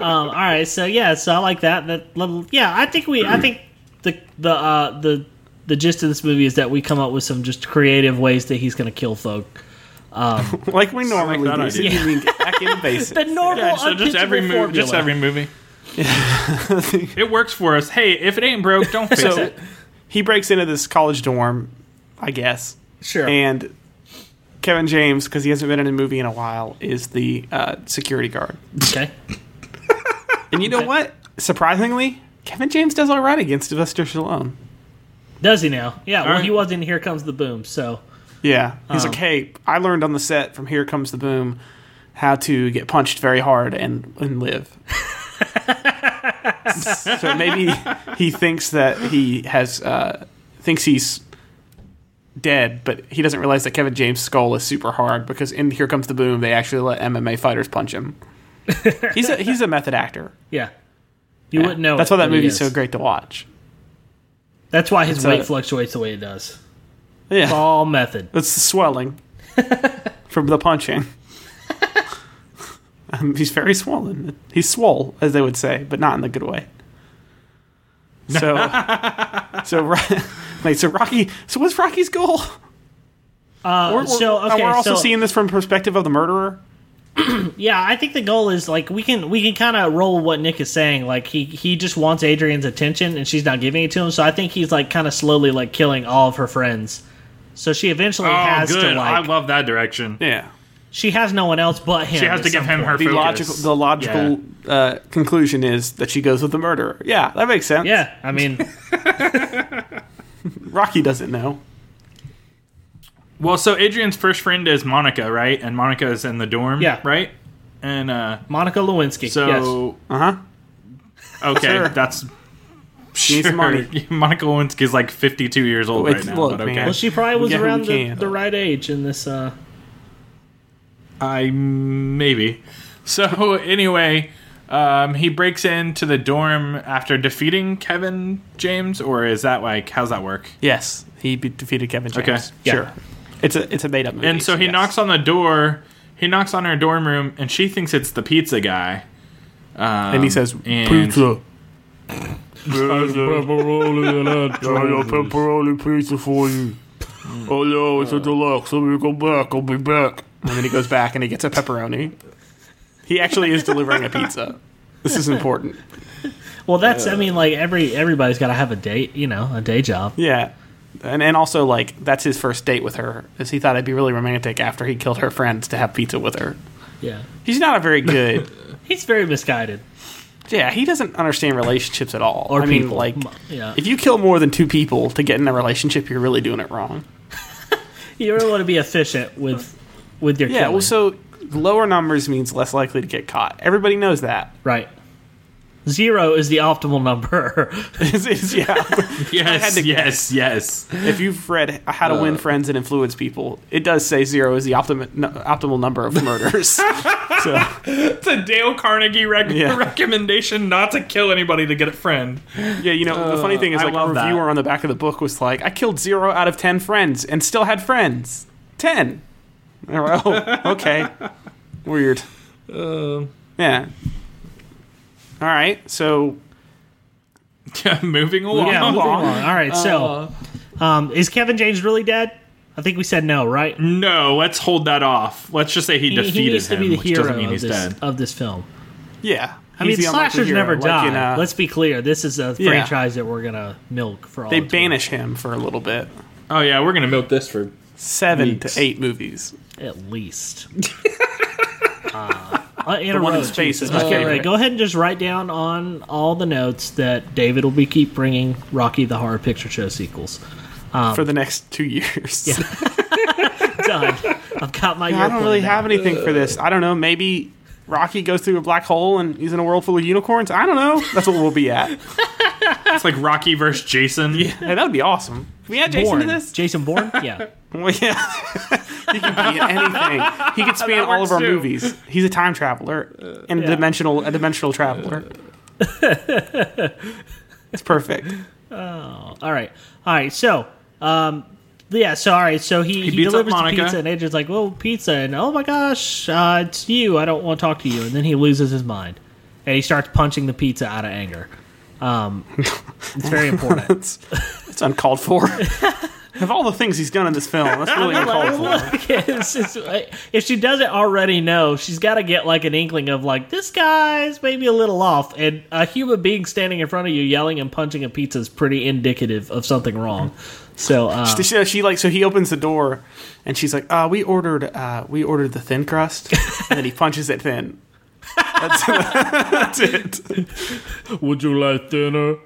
Speaker 2: Um, all right, so yeah, so I like that. That little, yeah, I think we, I think the the uh, the the gist of this movie is that we come up with some just creative ways that he's going to kill folk.
Speaker 1: like we normally
Speaker 3: that
Speaker 1: do.
Speaker 3: idea.
Speaker 1: You mean get back in basics.
Speaker 2: The normal,
Speaker 3: Yeah, so just
Speaker 2: unpitchable
Speaker 3: every movie,
Speaker 2: formula.
Speaker 3: just every movie. it works for us. Hey, if it ain't broke, don't fix
Speaker 1: so
Speaker 3: it.
Speaker 1: he breaks into this college dorm, I guess,
Speaker 2: sure.
Speaker 1: and Kevin James, because he hasn't been in a movie in a while, is the uh, security guard.
Speaker 2: okay.
Speaker 1: And you know what? Surprisingly, Kevin James does all right against Sylvester Stallone.
Speaker 2: Does he now? Yeah. well,
Speaker 3: right.
Speaker 2: he was in Here Comes the Boom. So
Speaker 1: Yeah, he's like, hey, I learned on the set from Here Comes the Boom how to get punched very hard and and live. so maybe he thinks that he has uh, thinks he's dead, but he doesn't realize that Kevin James' skull is super hard because in Here Comes the Boom they actually let MMA fighters punch him. he's a he's a method actor.
Speaker 2: yeah, you wouldn't know.
Speaker 1: That's
Speaker 2: it,
Speaker 1: why that
Speaker 2: but he
Speaker 1: movie's so
Speaker 2: is.
Speaker 1: great to watch.
Speaker 2: That's why his
Speaker 1: It's
Speaker 2: weight
Speaker 1: a-
Speaker 2: fluctuates the way it does.
Speaker 1: Yeah.
Speaker 2: All method.
Speaker 1: That's the swelling from the punching. um, he's very swollen. He's swole, as they would say, but not in the good way. So, so Ro- wait, so Rocky. So what's Rocky's goal?
Speaker 2: Uh,
Speaker 1: We're, we're-
Speaker 2: so
Speaker 1: and
Speaker 2: okay.
Speaker 1: we're also
Speaker 2: so,
Speaker 1: seeing this from the perspective of the murderer.
Speaker 2: Yeah, I think the goal is like we can we can kind of roll what Nick is saying. Like he he just wants Adrian's attention and she's not giving it to him. So I think he's like kind of slowly like killing all of her friends. So she eventually
Speaker 3: Oh,
Speaker 2: has
Speaker 3: good.
Speaker 2: to
Speaker 3: I
Speaker 2: like
Speaker 3: love that direction.
Speaker 1: Yeah,
Speaker 2: she has no one else but him.
Speaker 3: She has
Speaker 2: at
Speaker 3: to give
Speaker 2: some
Speaker 3: him her
Speaker 2: point.
Speaker 1: the
Speaker 3: focus.
Speaker 1: logical the logical uh, conclusion is that she goes with the murderer. Yeah, that makes sense.
Speaker 2: Yeah, I mean,
Speaker 1: Rocky doesn't know.
Speaker 3: Well, so Adrian's first friend is Monica, right? And Monica is in the dorm,
Speaker 2: Yeah.
Speaker 3: right? And uh,
Speaker 2: Monica Lewinsky. yes.
Speaker 3: so
Speaker 1: Uh huh.
Speaker 3: okay,
Speaker 1: Sure.
Speaker 3: that's
Speaker 1: She needs
Speaker 3: sure.
Speaker 1: some money.
Speaker 3: Monica Lewinsky's like fifty-two years old
Speaker 1: Wait,
Speaker 3: right now,
Speaker 1: look,
Speaker 3: but okay.
Speaker 1: man.
Speaker 2: Well, she probably was
Speaker 1: Yeah, we
Speaker 2: around the,
Speaker 1: can.
Speaker 2: the right age in this. Uh,
Speaker 3: I maybe. So anyway, um, he breaks into the dorm after defeating Kevin James, or is that like how's that work?
Speaker 1: Yes, he be- defeated Kevin James.
Speaker 3: Okay.
Speaker 2: Yeah.
Speaker 1: Sure. It's a it's a made up movie.
Speaker 3: And so he
Speaker 1: yes.
Speaker 3: knocks on the door. He knocks on her dorm room, and she thinks it's the pizza guy. Um,
Speaker 1: and he says
Speaker 3: and-
Speaker 1: pizza.
Speaker 4: I got pepperoni pizza for you. Oh no, it's a deluxe. Let me go back. I'll be back.
Speaker 1: Mm. And then he goes back and he gets a pepperoni. He actually is delivering a pizza. This is important.
Speaker 2: well, that's. I mean, like every everybody's got to have a date. You know, a day job.
Speaker 1: Yeah. And and also like that's his first date with her, is he thought it'd be really romantic after he killed her friends to have pizza with her.
Speaker 2: Yeah,
Speaker 1: He's not a very good
Speaker 2: he's very misguided.
Speaker 1: Yeah, he doesn't understand relationships at all.
Speaker 2: Or
Speaker 1: I mean
Speaker 2: people.
Speaker 1: like
Speaker 2: M- yeah.
Speaker 1: if you kill more than two people to get in a relationship, you're really doing it wrong.
Speaker 2: You really want to be efficient with with your
Speaker 1: Yeah,
Speaker 2: killing.
Speaker 1: well so lower numbers means less likely to get caught. Everybody knows that.
Speaker 2: right. Zero is the optimal number.
Speaker 1: It's- it's- yeah.
Speaker 3: Yes,
Speaker 1: to
Speaker 3: yes, yes.
Speaker 1: if you've read How to
Speaker 2: Uh.
Speaker 1: Win Friends and Influence People, it does say zero is the optim- n- optimal number of murders. so,
Speaker 3: It's a Dale Carnegie rec-
Speaker 1: Yeah.
Speaker 3: recommendation not to kill anybody to get a friend.
Speaker 1: yeah, you know, the funny thing is,
Speaker 3: I
Speaker 1: like, a
Speaker 3: love that.
Speaker 1: reviewer on the back of the book was like, I killed zero out of ten friends and still had friends. Ten. And we're like, Oh, okay. Weird.
Speaker 2: Um.
Speaker 1: Yeah. All right, so
Speaker 3: Moving along.
Speaker 2: yeah, moving along. All right, so um, is Kevin James really dead? I think we said no, right?
Speaker 3: No, let's hold that off. Let's just say he,
Speaker 2: He,
Speaker 3: defeated
Speaker 2: he needs to
Speaker 3: him,
Speaker 2: be the
Speaker 3: which
Speaker 2: hero
Speaker 3: doesn't mean
Speaker 2: of
Speaker 3: he's
Speaker 2: this,
Speaker 3: dead.
Speaker 2: of this film.
Speaker 1: yeah.
Speaker 2: I mean, slashers never die. Let's be clear. This is a
Speaker 1: Yeah.
Speaker 2: franchise that we're gonna milk for all.
Speaker 1: they
Speaker 2: it's worth.
Speaker 1: banish him for a little bit.
Speaker 3: Oh yeah, we're gonna milk this for.
Speaker 1: Seven
Speaker 3: Weeks.
Speaker 1: to eight movies.
Speaker 2: at least. uh, in a
Speaker 1: one
Speaker 2: row,
Speaker 1: in space
Speaker 2: Jesus.
Speaker 1: is my
Speaker 2: Okay,
Speaker 1: favorite.
Speaker 2: Ray, Go ahead and just write down on all the notes that David will be keep bringing Rocky the Horror Picture Show sequels.
Speaker 1: for the next two years.
Speaker 2: Done. I've got my.
Speaker 1: I don't really have anything for this. I don't know. Maybe Rocky goes through a black hole and he's in a world full of unicorns. I don't know. That's what we'll be at.
Speaker 3: It's like Rocky versus Jason.
Speaker 1: Hey, that would be awesome. Can we add Jason
Speaker 2: Born.
Speaker 1: to this?
Speaker 2: Jason Bourne. Yeah.
Speaker 1: Well, yeah. he could be in anything. He could span all
Speaker 3: works
Speaker 1: of our
Speaker 3: too. Uh,
Speaker 1: movies. He's a time traveler and a dimensional a dimensional traveler. it's perfect.
Speaker 2: All right. All right. So, um, yeah. So, all right. So he, he,
Speaker 3: beats up
Speaker 2: delivers the
Speaker 3: Monica.
Speaker 2: pizza, and Adrian's like, "Well, pizza," and oh my gosh, uh, it's you. I don't want to talk to you. And then he loses his mind, and he starts punching the pizza out of anger. Um, it's very important.
Speaker 1: That's It's uncalled for. of all the things he's done in this film, that's really uncalled for.
Speaker 2: Look, it's just- if she doesn't already know, she's got to get like an inkling of like this guy's maybe a little off, and a human being standing in front of you yelling and punching a pizza is pretty indicative of something wrong. So uh,
Speaker 1: She, she like so he opens the door and she's like, uh, we ordered uh, we ordered the thin crust and then he punches it thin. That's, that's it.
Speaker 4: Would you like dinner?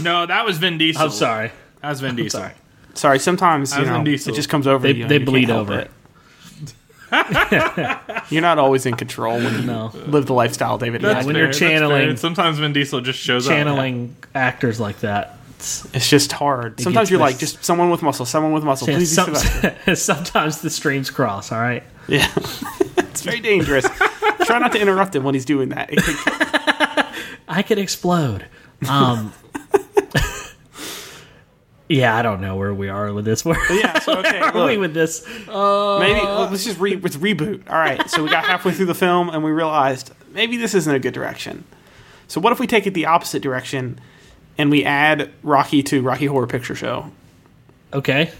Speaker 3: No, that was Vin Diesel.
Speaker 2: I'm sorry,
Speaker 3: That was Vin Diesel.
Speaker 2: sorry.
Speaker 1: Sorry, sometimes you
Speaker 3: was
Speaker 1: know,
Speaker 3: on
Speaker 1: it
Speaker 3: diesel.
Speaker 1: just comes over
Speaker 2: They-
Speaker 1: you. and
Speaker 2: they
Speaker 1: you can't
Speaker 2: bleed
Speaker 1: help
Speaker 2: over
Speaker 1: it. You're not always in control when you
Speaker 2: No.
Speaker 1: live the lifestyle David
Speaker 3: That's
Speaker 1: That's
Speaker 2: when you're
Speaker 3: that's
Speaker 2: channeling-
Speaker 3: fair. Sometimes Vin Diesel just shows up.
Speaker 2: channeling actors like that. It's-
Speaker 1: It's just hard. Sometimes
Speaker 2: gets
Speaker 1: you're like
Speaker 2: this-
Speaker 1: just someone with muscle, someone with muscle. Please be
Speaker 2: some-
Speaker 1: Sebastian.
Speaker 2: sometimes the streams cross. All right.
Speaker 1: Yeah. it's very dangerous. Try not to interrupt him when he's doing that. It could-
Speaker 2: I could explode. Um, yeah, I don't know where we are with this. Where,
Speaker 1: yeah, so, okay.
Speaker 2: where are we
Speaker 1: look.
Speaker 2: with this? Uh.
Speaker 1: Maybe let's just re- let's reboot. All right, so we got halfway through the film and we realized maybe this isn't a good direction. So what if we take it the opposite direction and we add Rocky to Rocky Horror Picture Show?
Speaker 2: Okay.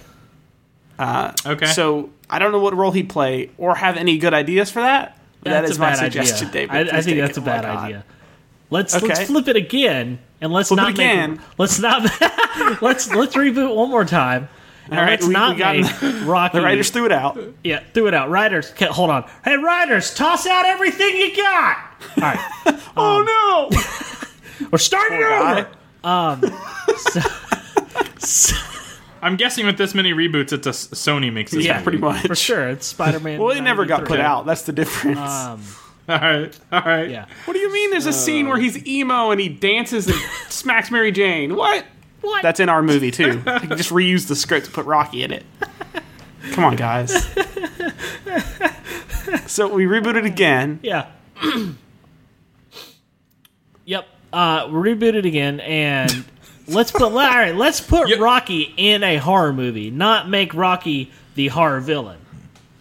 Speaker 3: Okay.
Speaker 1: So I don't know what role he'd play or have any good ideas for that. But that
Speaker 2: That's
Speaker 1: is
Speaker 2: a
Speaker 1: my
Speaker 2: bad
Speaker 1: suggestion,
Speaker 2: idea.
Speaker 1: David.
Speaker 2: I, I
Speaker 1: Please
Speaker 2: think
Speaker 1: take
Speaker 2: that's
Speaker 1: it.
Speaker 2: a bad
Speaker 1: Oh my God.
Speaker 2: idea. Let's let's
Speaker 1: Okay.
Speaker 2: flip it again and let's
Speaker 1: Flip it
Speaker 2: not make
Speaker 1: again.
Speaker 2: let's not let's let's reboot one more time. And
Speaker 1: All right,
Speaker 2: let's
Speaker 1: we- we
Speaker 2: not
Speaker 1: got-
Speaker 2: make Rocky.
Speaker 1: The writers threw it out.
Speaker 2: yeah, threw it out. Writers, ca- hold on. Hey, writers, toss out everything you got. All right,
Speaker 1: oh no!
Speaker 2: we're starting
Speaker 1: God.
Speaker 2: over.
Speaker 3: I'm guessing with this many reboots, it's a S- Sony makes this.
Speaker 2: Yeah,
Speaker 3: movie.
Speaker 1: Pretty much.
Speaker 2: For sure, it's Spider Man.
Speaker 1: Well, it never got put out. That's the difference.
Speaker 2: Um,
Speaker 3: All right. All right.
Speaker 2: yeah.
Speaker 1: What do you mean there's a scene where he's emo and he dances and smacks Mary Jane? What?
Speaker 2: What?
Speaker 1: That's in our movie too. I can just reuse the script to put Rocky in it. Come on, guys. So we reboot it again.
Speaker 2: Yeah. yep. Uh, reboot it again, and let's put all right. Let's put
Speaker 3: Yep.
Speaker 2: Rocky in a horror movie, not make Rocky the horror villain.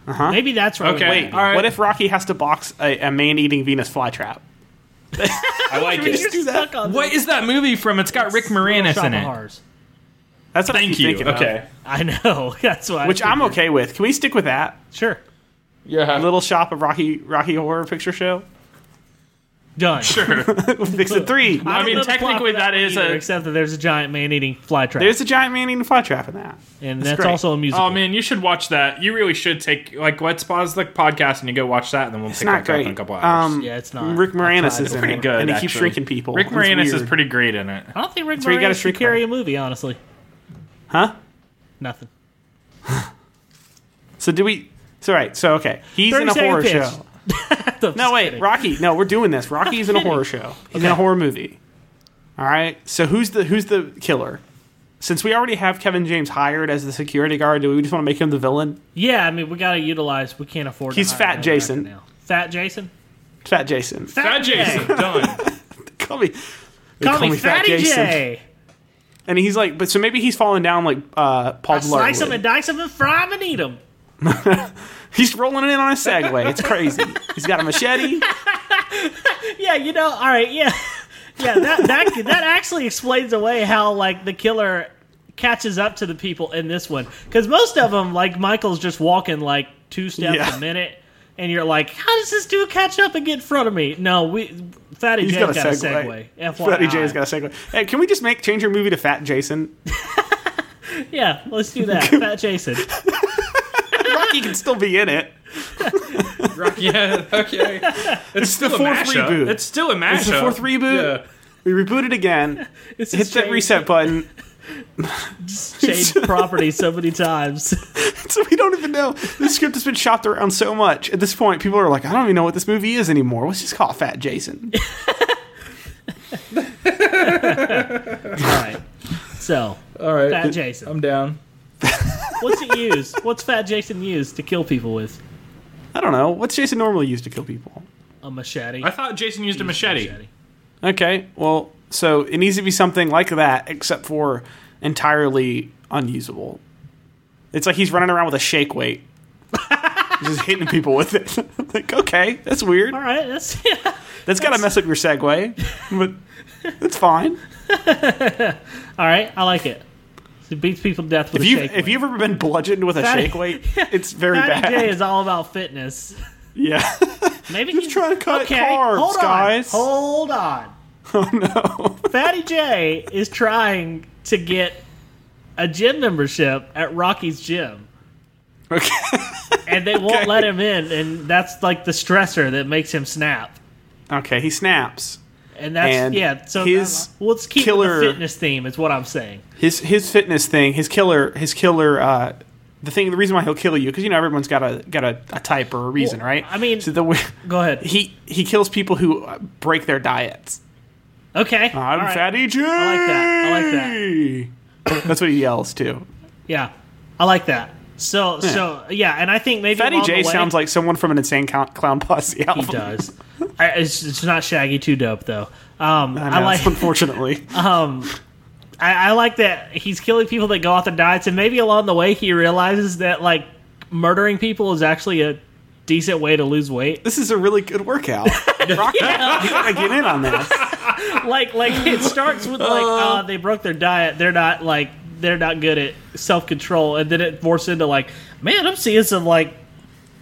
Speaker 1: Uh-huh.
Speaker 2: Maybe that's right.
Speaker 3: Okay. All right.
Speaker 1: What if Rocky has to box a, a man-eating Venus flytrap?
Speaker 3: I like
Speaker 2: You're
Speaker 3: it.
Speaker 1: do that?
Speaker 2: stuck on
Speaker 3: What is that movie from? It's got Rick Moranis in it.
Speaker 2: Horrors.
Speaker 1: That's what I
Speaker 3: Thank
Speaker 1: keep
Speaker 3: you.
Speaker 1: thinking of.
Speaker 3: Okay.
Speaker 2: I know. That's why. I
Speaker 1: which I'm
Speaker 2: figured.
Speaker 1: okay with. Can we stick with that?
Speaker 2: Sure.
Speaker 3: Yeah.
Speaker 1: Little Shop of Rocky Rocky Horror Picture Show.
Speaker 2: Done.
Speaker 3: Sure.
Speaker 1: Fix it three.
Speaker 3: I
Speaker 2: don't
Speaker 3: mean,
Speaker 2: know the plot
Speaker 3: technically
Speaker 2: for
Speaker 3: that is
Speaker 2: one
Speaker 3: a-
Speaker 2: either, except that there's a giant man eating fly trap,
Speaker 1: There's a giant man-eating flytrap in that.
Speaker 2: and
Speaker 1: that's
Speaker 2: that's
Speaker 1: great.
Speaker 2: also a musical.
Speaker 3: oh man, you should watch that. You really should take like let's pause the podcast and you go watch that, and then we'll pick
Speaker 1: not
Speaker 3: back up
Speaker 1: great.
Speaker 3: in a couple hours.
Speaker 1: Um,
Speaker 2: Yeah, it's not.
Speaker 1: Rick
Speaker 2: I
Speaker 1: Moranis
Speaker 2: tried
Speaker 1: is
Speaker 2: it.
Speaker 1: in
Speaker 3: pretty
Speaker 1: it,
Speaker 3: good.
Speaker 1: and he keeps
Speaker 3: actually.
Speaker 1: shrinking people.
Speaker 3: Rick
Speaker 1: It's
Speaker 3: Moranis is
Speaker 1: weird.
Speaker 3: pretty great in it.
Speaker 2: I don't think Rick
Speaker 1: where you gotta
Speaker 2: Moranis could
Speaker 1: shrink
Speaker 2: carry
Speaker 1: her.
Speaker 2: a movie. Honestly,
Speaker 1: huh?
Speaker 2: nothing.
Speaker 1: So do we? So right. So okay, he's
Speaker 2: 30
Speaker 1: in a
Speaker 2: second
Speaker 1: horror
Speaker 2: pitch.
Speaker 1: show. No wait, Rocky. No, we're doing this. Rocky's in a horror show. He's in a horror movie. All right. So who's the who's the killer? Since we already have Kevin James hired as the security guard, do we just want to make him the villain?
Speaker 2: Yeah, I mean, we gotta utilize. We can't afford. to
Speaker 1: He's
Speaker 2: hire
Speaker 1: Fat
Speaker 2: another
Speaker 1: Jason.
Speaker 2: actor now. Fat Jason.
Speaker 1: Fat Jason.
Speaker 3: Fat Jason, done.
Speaker 1: Call me.
Speaker 2: J. Call,
Speaker 1: call
Speaker 2: me
Speaker 1: me Fat
Speaker 2: Fatty
Speaker 1: Jason.
Speaker 2: J.
Speaker 1: And he's like, but so maybe he's falling down like uh, Paul
Speaker 2: Slice him
Speaker 1: Blart.
Speaker 2: and
Speaker 1: would.
Speaker 2: dice him and fry him and eat him.
Speaker 1: He's rolling in on a Segway. It's crazy. he's got a machete.
Speaker 2: Yeah, you know. All right. Yeah, yeah. That that that actually explains away how like the killer catches up to the people in this one because most of them like Michael's just walking like two steps
Speaker 1: Yeah.
Speaker 2: a minute, and you're like, how does this dude catch up and get in front of me? No, we Fatty
Speaker 1: He's
Speaker 2: J's
Speaker 1: got a
Speaker 2: segue.
Speaker 1: Segway.
Speaker 2: FYI.
Speaker 1: Fatty J's got a Segway. Hey, can we just make change your movie to Fat Jason?
Speaker 2: Yeah, let's do that. Fat Jason.
Speaker 1: Rocky can still be in it.
Speaker 3: Yeah, okay. It's still
Speaker 1: the
Speaker 3: a
Speaker 1: fourth
Speaker 3: mashup.
Speaker 1: reboot.
Speaker 3: It's still a mashup.
Speaker 1: It's the fourth reboot. We reboot it again.
Speaker 2: This
Speaker 1: Hit
Speaker 2: has
Speaker 1: that
Speaker 2: changed-
Speaker 1: reset button.
Speaker 2: Changed property so many times.
Speaker 1: So we don't even know. This script has been shopped around so much. At this point, people are like, I don't even know what this movie is anymore. Let's just call it Fat Jason.
Speaker 2: All right. So,
Speaker 3: All right.
Speaker 2: Fat Jason.
Speaker 3: down.
Speaker 2: What's it used? What's Fat Jason used to kill people with?
Speaker 1: I don't know. What's Jason normally used to kill people?
Speaker 2: A machete.
Speaker 3: I thought Jason used a machete.
Speaker 1: Okay, well, so it needs to be something like that, except for entirely unusable. It's like he's running around with a shake weight. just hitting people with it. like, okay, that's weird.
Speaker 2: All right. That's yeah.
Speaker 1: That's got to mess up your segue, but it's fine.
Speaker 2: All right, I like it. It beats people to death with
Speaker 1: If
Speaker 2: a
Speaker 1: you
Speaker 2: shake.
Speaker 1: if you've ever been bludgeoned with a
Speaker 2: Fatty-
Speaker 1: shake weight, it's very
Speaker 2: Patty
Speaker 1: bad.
Speaker 2: J is all about fitness.
Speaker 1: Yeah.
Speaker 2: Maybe
Speaker 1: Just
Speaker 2: he's
Speaker 1: trying to cut
Speaker 2: okay,
Speaker 1: carbs,
Speaker 2: hold on,
Speaker 1: guys.
Speaker 2: Hold on.
Speaker 1: no.
Speaker 2: Fatty J is trying to get a gym membership at Rocky's gym.
Speaker 1: Okay.
Speaker 2: And they won't let him in, and that's like the stressor that makes him snap.
Speaker 1: Okay, he snaps.
Speaker 2: And that's
Speaker 1: And
Speaker 2: yeah. So uh,
Speaker 1: his
Speaker 2: well, let's keep
Speaker 1: killer-
Speaker 2: the fitness theme. Is what I'm saying.
Speaker 1: His his fitness thing, his killer, his killer. Uh, the thing, the reason why he'll kill you, because you know everyone's got a got a, a type or a reason,
Speaker 2: Well,
Speaker 1: right?
Speaker 2: I mean-
Speaker 1: so the
Speaker 2: Go ahead.
Speaker 1: he he kills people who uh, break their diets.
Speaker 2: Okay.
Speaker 1: I'm
Speaker 2: all right.
Speaker 1: Fatty J.
Speaker 2: I like that. I like
Speaker 1: that. That's what he yells too.
Speaker 2: Yeah, I like that. So so yeah, and I think maybe
Speaker 1: Fatty
Speaker 2: along
Speaker 1: J
Speaker 2: the way,
Speaker 1: sounds like someone from an insane clown, clown posse album.
Speaker 2: he does. I, it's, it's not Shaggy too dope though. Um,
Speaker 1: I,
Speaker 2: I,
Speaker 1: know,
Speaker 2: like Uh,
Speaker 1: unfortunately.
Speaker 2: I, I like that he's killing people that go off the diets, and maybe along the way he realizes that like murdering people is actually a decent way to lose weight.
Speaker 1: this is a really good workout. Rock that. You gotta get in on this.
Speaker 2: like like it starts with like
Speaker 1: Uh-huh.
Speaker 2: uh, they broke their diet they're not like they're not good at self-control and then it morphs into like man i'm seeing some like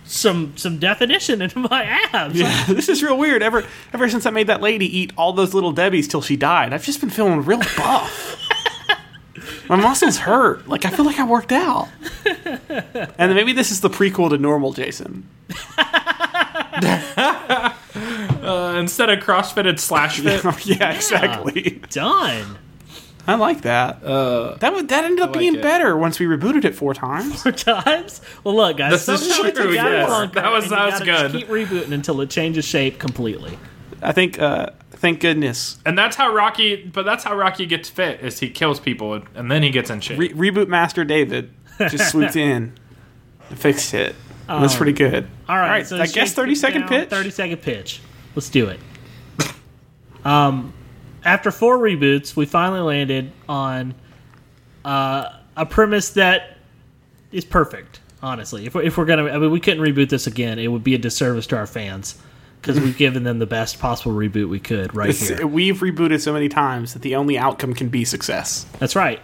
Speaker 2: some some definition in my abs
Speaker 1: Yeah, this is real weird. Ever ever since I made that lady eat all those little debbies till she died, I've just been feeling real buff. My muscles hurt. Like I feel like I worked out. And maybe this is the prequel to normal Jason.
Speaker 3: Uh, instead of CrossFit, it's slash fit.
Speaker 1: Oh, yeah, exactly.
Speaker 2: done
Speaker 1: I like that. that would that ended up being
Speaker 5: it.
Speaker 1: better once we rebooted it four times.
Speaker 2: four times well look guys
Speaker 3: This is
Speaker 2: sometimes you
Speaker 3: true,
Speaker 2: gotta
Speaker 3: yes.
Speaker 2: conquer
Speaker 3: That was-
Speaker 2: and you
Speaker 3: that was
Speaker 2: gotta just
Speaker 3: good.
Speaker 2: keep rebooting until it changes shape completely
Speaker 1: I think. Uh, thank goodness.
Speaker 3: And that's how Rocky. But that's how Rocky gets fit is he kills people and then he gets in shape.
Speaker 1: Re- reboot master David just swooped in, and fixed it. And that's pretty good.
Speaker 2: all right,
Speaker 1: right,
Speaker 2: so
Speaker 1: I guess
Speaker 2: shake
Speaker 1: 30
Speaker 2: it
Speaker 1: second
Speaker 2: down,
Speaker 1: pitch?
Speaker 2: 30 second pitch let's do it um after four reboots we finally landed on uh a premise that is perfect honestly if we're, if we're gonna i mean we couldn't reboot this again it would be a disservice to our fans because we've given them the best possible reboot we could right
Speaker 1: It's-
Speaker 2: here
Speaker 1: We've rebooted so many times that the only outcome can be success.
Speaker 2: That's right.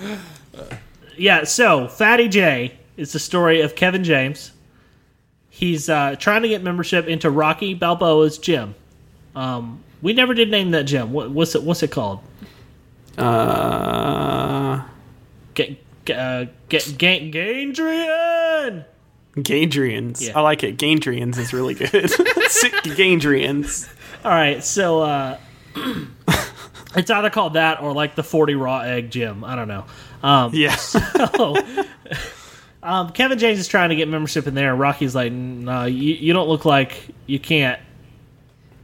Speaker 2: um, yeah, so Fatty J is the story of Kevin James. He's uh, trying to get membership into Rocky Balboa's gym. Um, we never did name that gym. What, what's it? What's it called?
Speaker 1: Uh,
Speaker 2: Get, uh, get, get, Gandrian.
Speaker 1: Gaindrians.
Speaker 2: Yeah.
Speaker 1: I like it. Gaindrians is really good. Sick Gaindrians.
Speaker 2: All right, so uh, it's either called that or like the Forty Raw Egg Gym. I don't know. Um,
Speaker 1: Yeah.
Speaker 2: Oh. um, Kevin James is trying to get membership in there. Rocky's like, no, you, you don't look like you can't.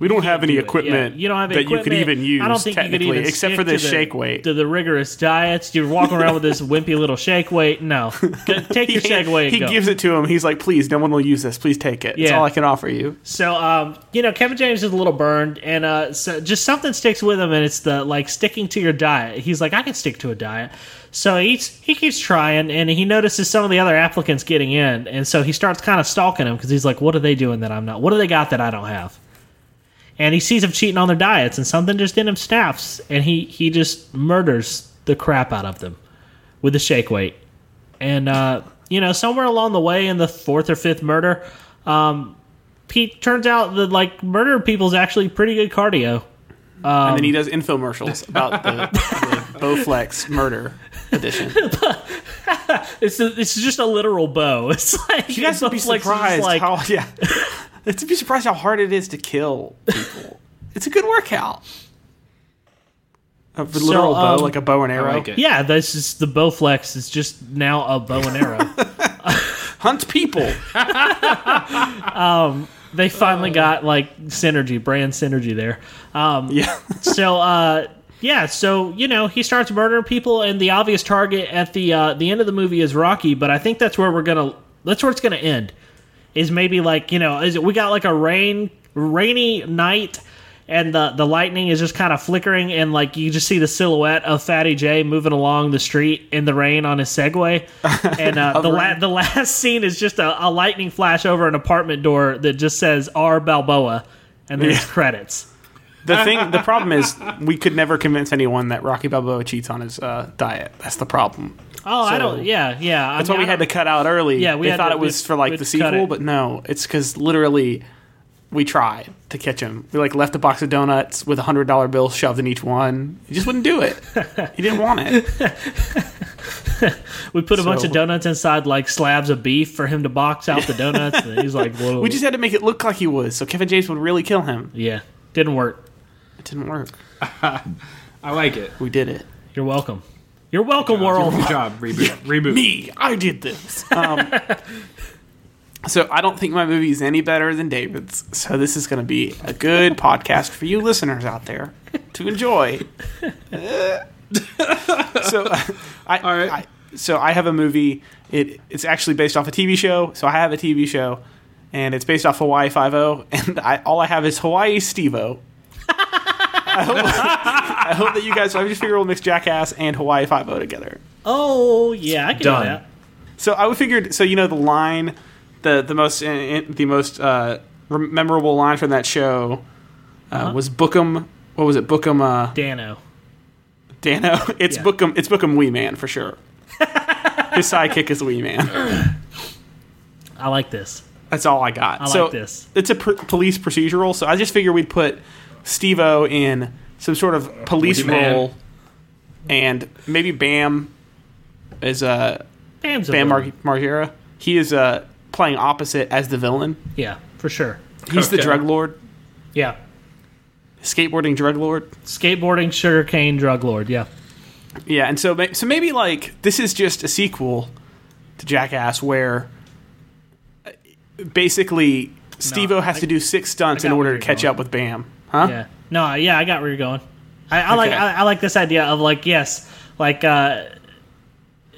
Speaker 1: We don't have any
Speaker 2: do it."
Speaker 1: equipment
Speaker 2: Yeah, you don't have
Speaker 1: that
Speaker 2: any
Speaker 1: you could
Speaker 2: equipment.
Speaker 1: even use
Speaker 2: I don't think
Speaker 1: technically,
Speaker 2: you could even
Speaker 1: except
Speaker 2: stick
Speaker 1: for this
Speaker 2: to the,
Speaker 1: shake weight.
Speaker 2: To the rigorous diets, you're walking around with this wimpy little shake weight. No, Go- take your shake weight.
Speaker 1: he
Speaker 2: and go.
Speaker 1: gives it to him. He's like, please, no one will use this. Please take it. It's
Speaker 2: Yeah.
Speaker 1: all I can offer you.
Speaker 2: So, um, you know, Kevin James is a little burned, and uh, so just something sticks with him, and it's the like sticking to your diet. He's like, I can stick to a diet. So he eats, he keeps trying, and he notices some of the other applicants getting in, and so he starts kind of stalking him because he's like, What are they doing that I'm not? What do they got that I don't have? And he sees them cheating on their diets, and something just in him snaps, and he he just murders the crap out of them with the shake weight. And uh, you know, somewhere along the way, in the fourth or fifth murder, he turns out that like murder people is actually pretty good cardio.
Speaker 1: and
Speaker 2: Um,
Speaker 1: then he does infomercials about the, the Bowflex murder edition.
Speaker 2: It's a, it's just a literal bow. It's like
Speaker 1: You guys would be
Speaker 2: Netflix is just
Speaker 1: surprised
Speaker 2: Like,
Speaker 1: how yeah, it's be surprised how hard it is to kill people. it's a good workout. A literal bow,
Speaker 2: um,
Speaker 1: like a bow and arrow.
Speaker 5: like it.
Speaker 2: yeah, this is the bow flex is just now a bow and arrow.
Speaker 1: Hunt people.
Speaker 2: they finally got like synergy, brand synergy there. Um,
Speaker 1: Yeah,
Speaker 2: so uh yeah so you know he starts murdering people and the obvious target at the uh the end of the movie is rocky but i think that's where we're gonna that's where it's gonna end is maybe like you know is it, we got like a rain rainy night and the the lightning is just kind of flickering and like you just see the silhouette of fatty j moving along the street in the rain on his segway and uh, the la- the last scene is just a, a lightning flash over an apartment door that just says r balboa and there's credits
Speaker 1: The thing, the problem is, we could never convince anyone that Rocky Balboa cheats on his uh, diet. That's the problem.
Speaker 2: Oh,
Speaker 1: So-
Speaker 2: I don't. Yeah, yeah.
Speaker 1: That's why we had to cut out early.
Speaker 2: Yeah, we
Speaker 1: they
Speaker 2: had
Speaker 1: thought
Speaker 2: to-
Speaker 1: it was
Speaker 2: we-
Speaker 1: for like
Speaker 2: we'd
Speaker 1: the
Speaker 2: cut
Speaker 1: sequel,
Speaker 2: it.
Speaker 1: but no, it's because literally we tried to catch him. We like left a box of donuts with a hundred dollar bill shoved in each one. He just wouldn't do it. he didn't want it.
Speaker 2: We put a bunch
Speaker 1: So-
Speaker 2: of donuts inside like slabs of beef for him to box out the donuts, and he's like, "Whoa."
Speaker 1: We just had to make it look like he was, so Kevin James would really kill him.
Speaker 2: yeah, didn't work.
Speaker 1: It didn't work.
Speaker 3: I like it.
Speaker 1: We did it.
Speaker 2: You're welcome. You're welcome, world.
Speaker 3: Good job. Reboot. Reboot.
Speaker 1: Me, I did this. Um, so I don't think my movie is any better than David's. So this is going to be a good podcast for you listeners out there to enjoy. so I,
Speaker 3: right.
Speaker 1: I so I have a movie. It it's actually based off a TV show. So I have a TV show, and it's based off Hawaii Five O. And I all I have is Hawaii Stevo. I hope, I hope that you guys. I just figure we'll mix Jackass and Hawaii Five O together.
Speaker 2: Oh yeah, I can
Speaker 3: Done.
Speaker 2: do that.
Speaker 1: So I would figured. So you know the line, the the most in, in- the most uh, rem- memorable line from that show uh,
Speaker 2: Uh-huh.
Speaker 1: was Bookum. What was it? Bookum uh,
Speaker 2: Dano.
Speaker 1: Dano. It's
Speaker 2: Yeah.
Speaker 1: Bookum. It's Bookum Wee Man for sure. His sidekick is Wee Man.
Speaker 2: I like this.
Speaker 1: That's all I got.
Speaker 2: like
Speaker 1: so
Speaker 2: this.
Speaker 1: it's a pr- police procedural. So I just figure we'd put Stevo in some sort of police
Speaker 3: Wee Man.
Speaker 1: role, and maybe Bam is uh,
Speaker 2: Bam's a
Speaker 1: Bam
Speaker 2: villain.
Speaker 1: Mar- Margera. He is uh, playing opposite as the villain.
Speaker 2: Yeah, for sure.
Speaker 1: He's the
Speaker 3: Okay.
Speaker 1: drug lord,
Speaker 2: Yeah,
Speaker 1: skateboarding drug lord.
Speaker 2: skateboarding, sugarcane, drug lord. Yeah,
Speaker 1: Yeah, and so ma- so maybe like this is just a sequel to Jackass, where uh, basically Stevo has to do six stunts
Speaker 2: I
Speaker 1: in
Speaker 2: got where
Speaker 1: order to
Speaker 2: you're
Speaker 1: catch
Speaker 2: going.
Speaker 1: up with Bam. Huh?
Speaker 2: yeah. No, yeah, I got where you're going. I, I like
Speaker 1: Okay.
Speaker 2: I, I like this idea of like yes, like uh,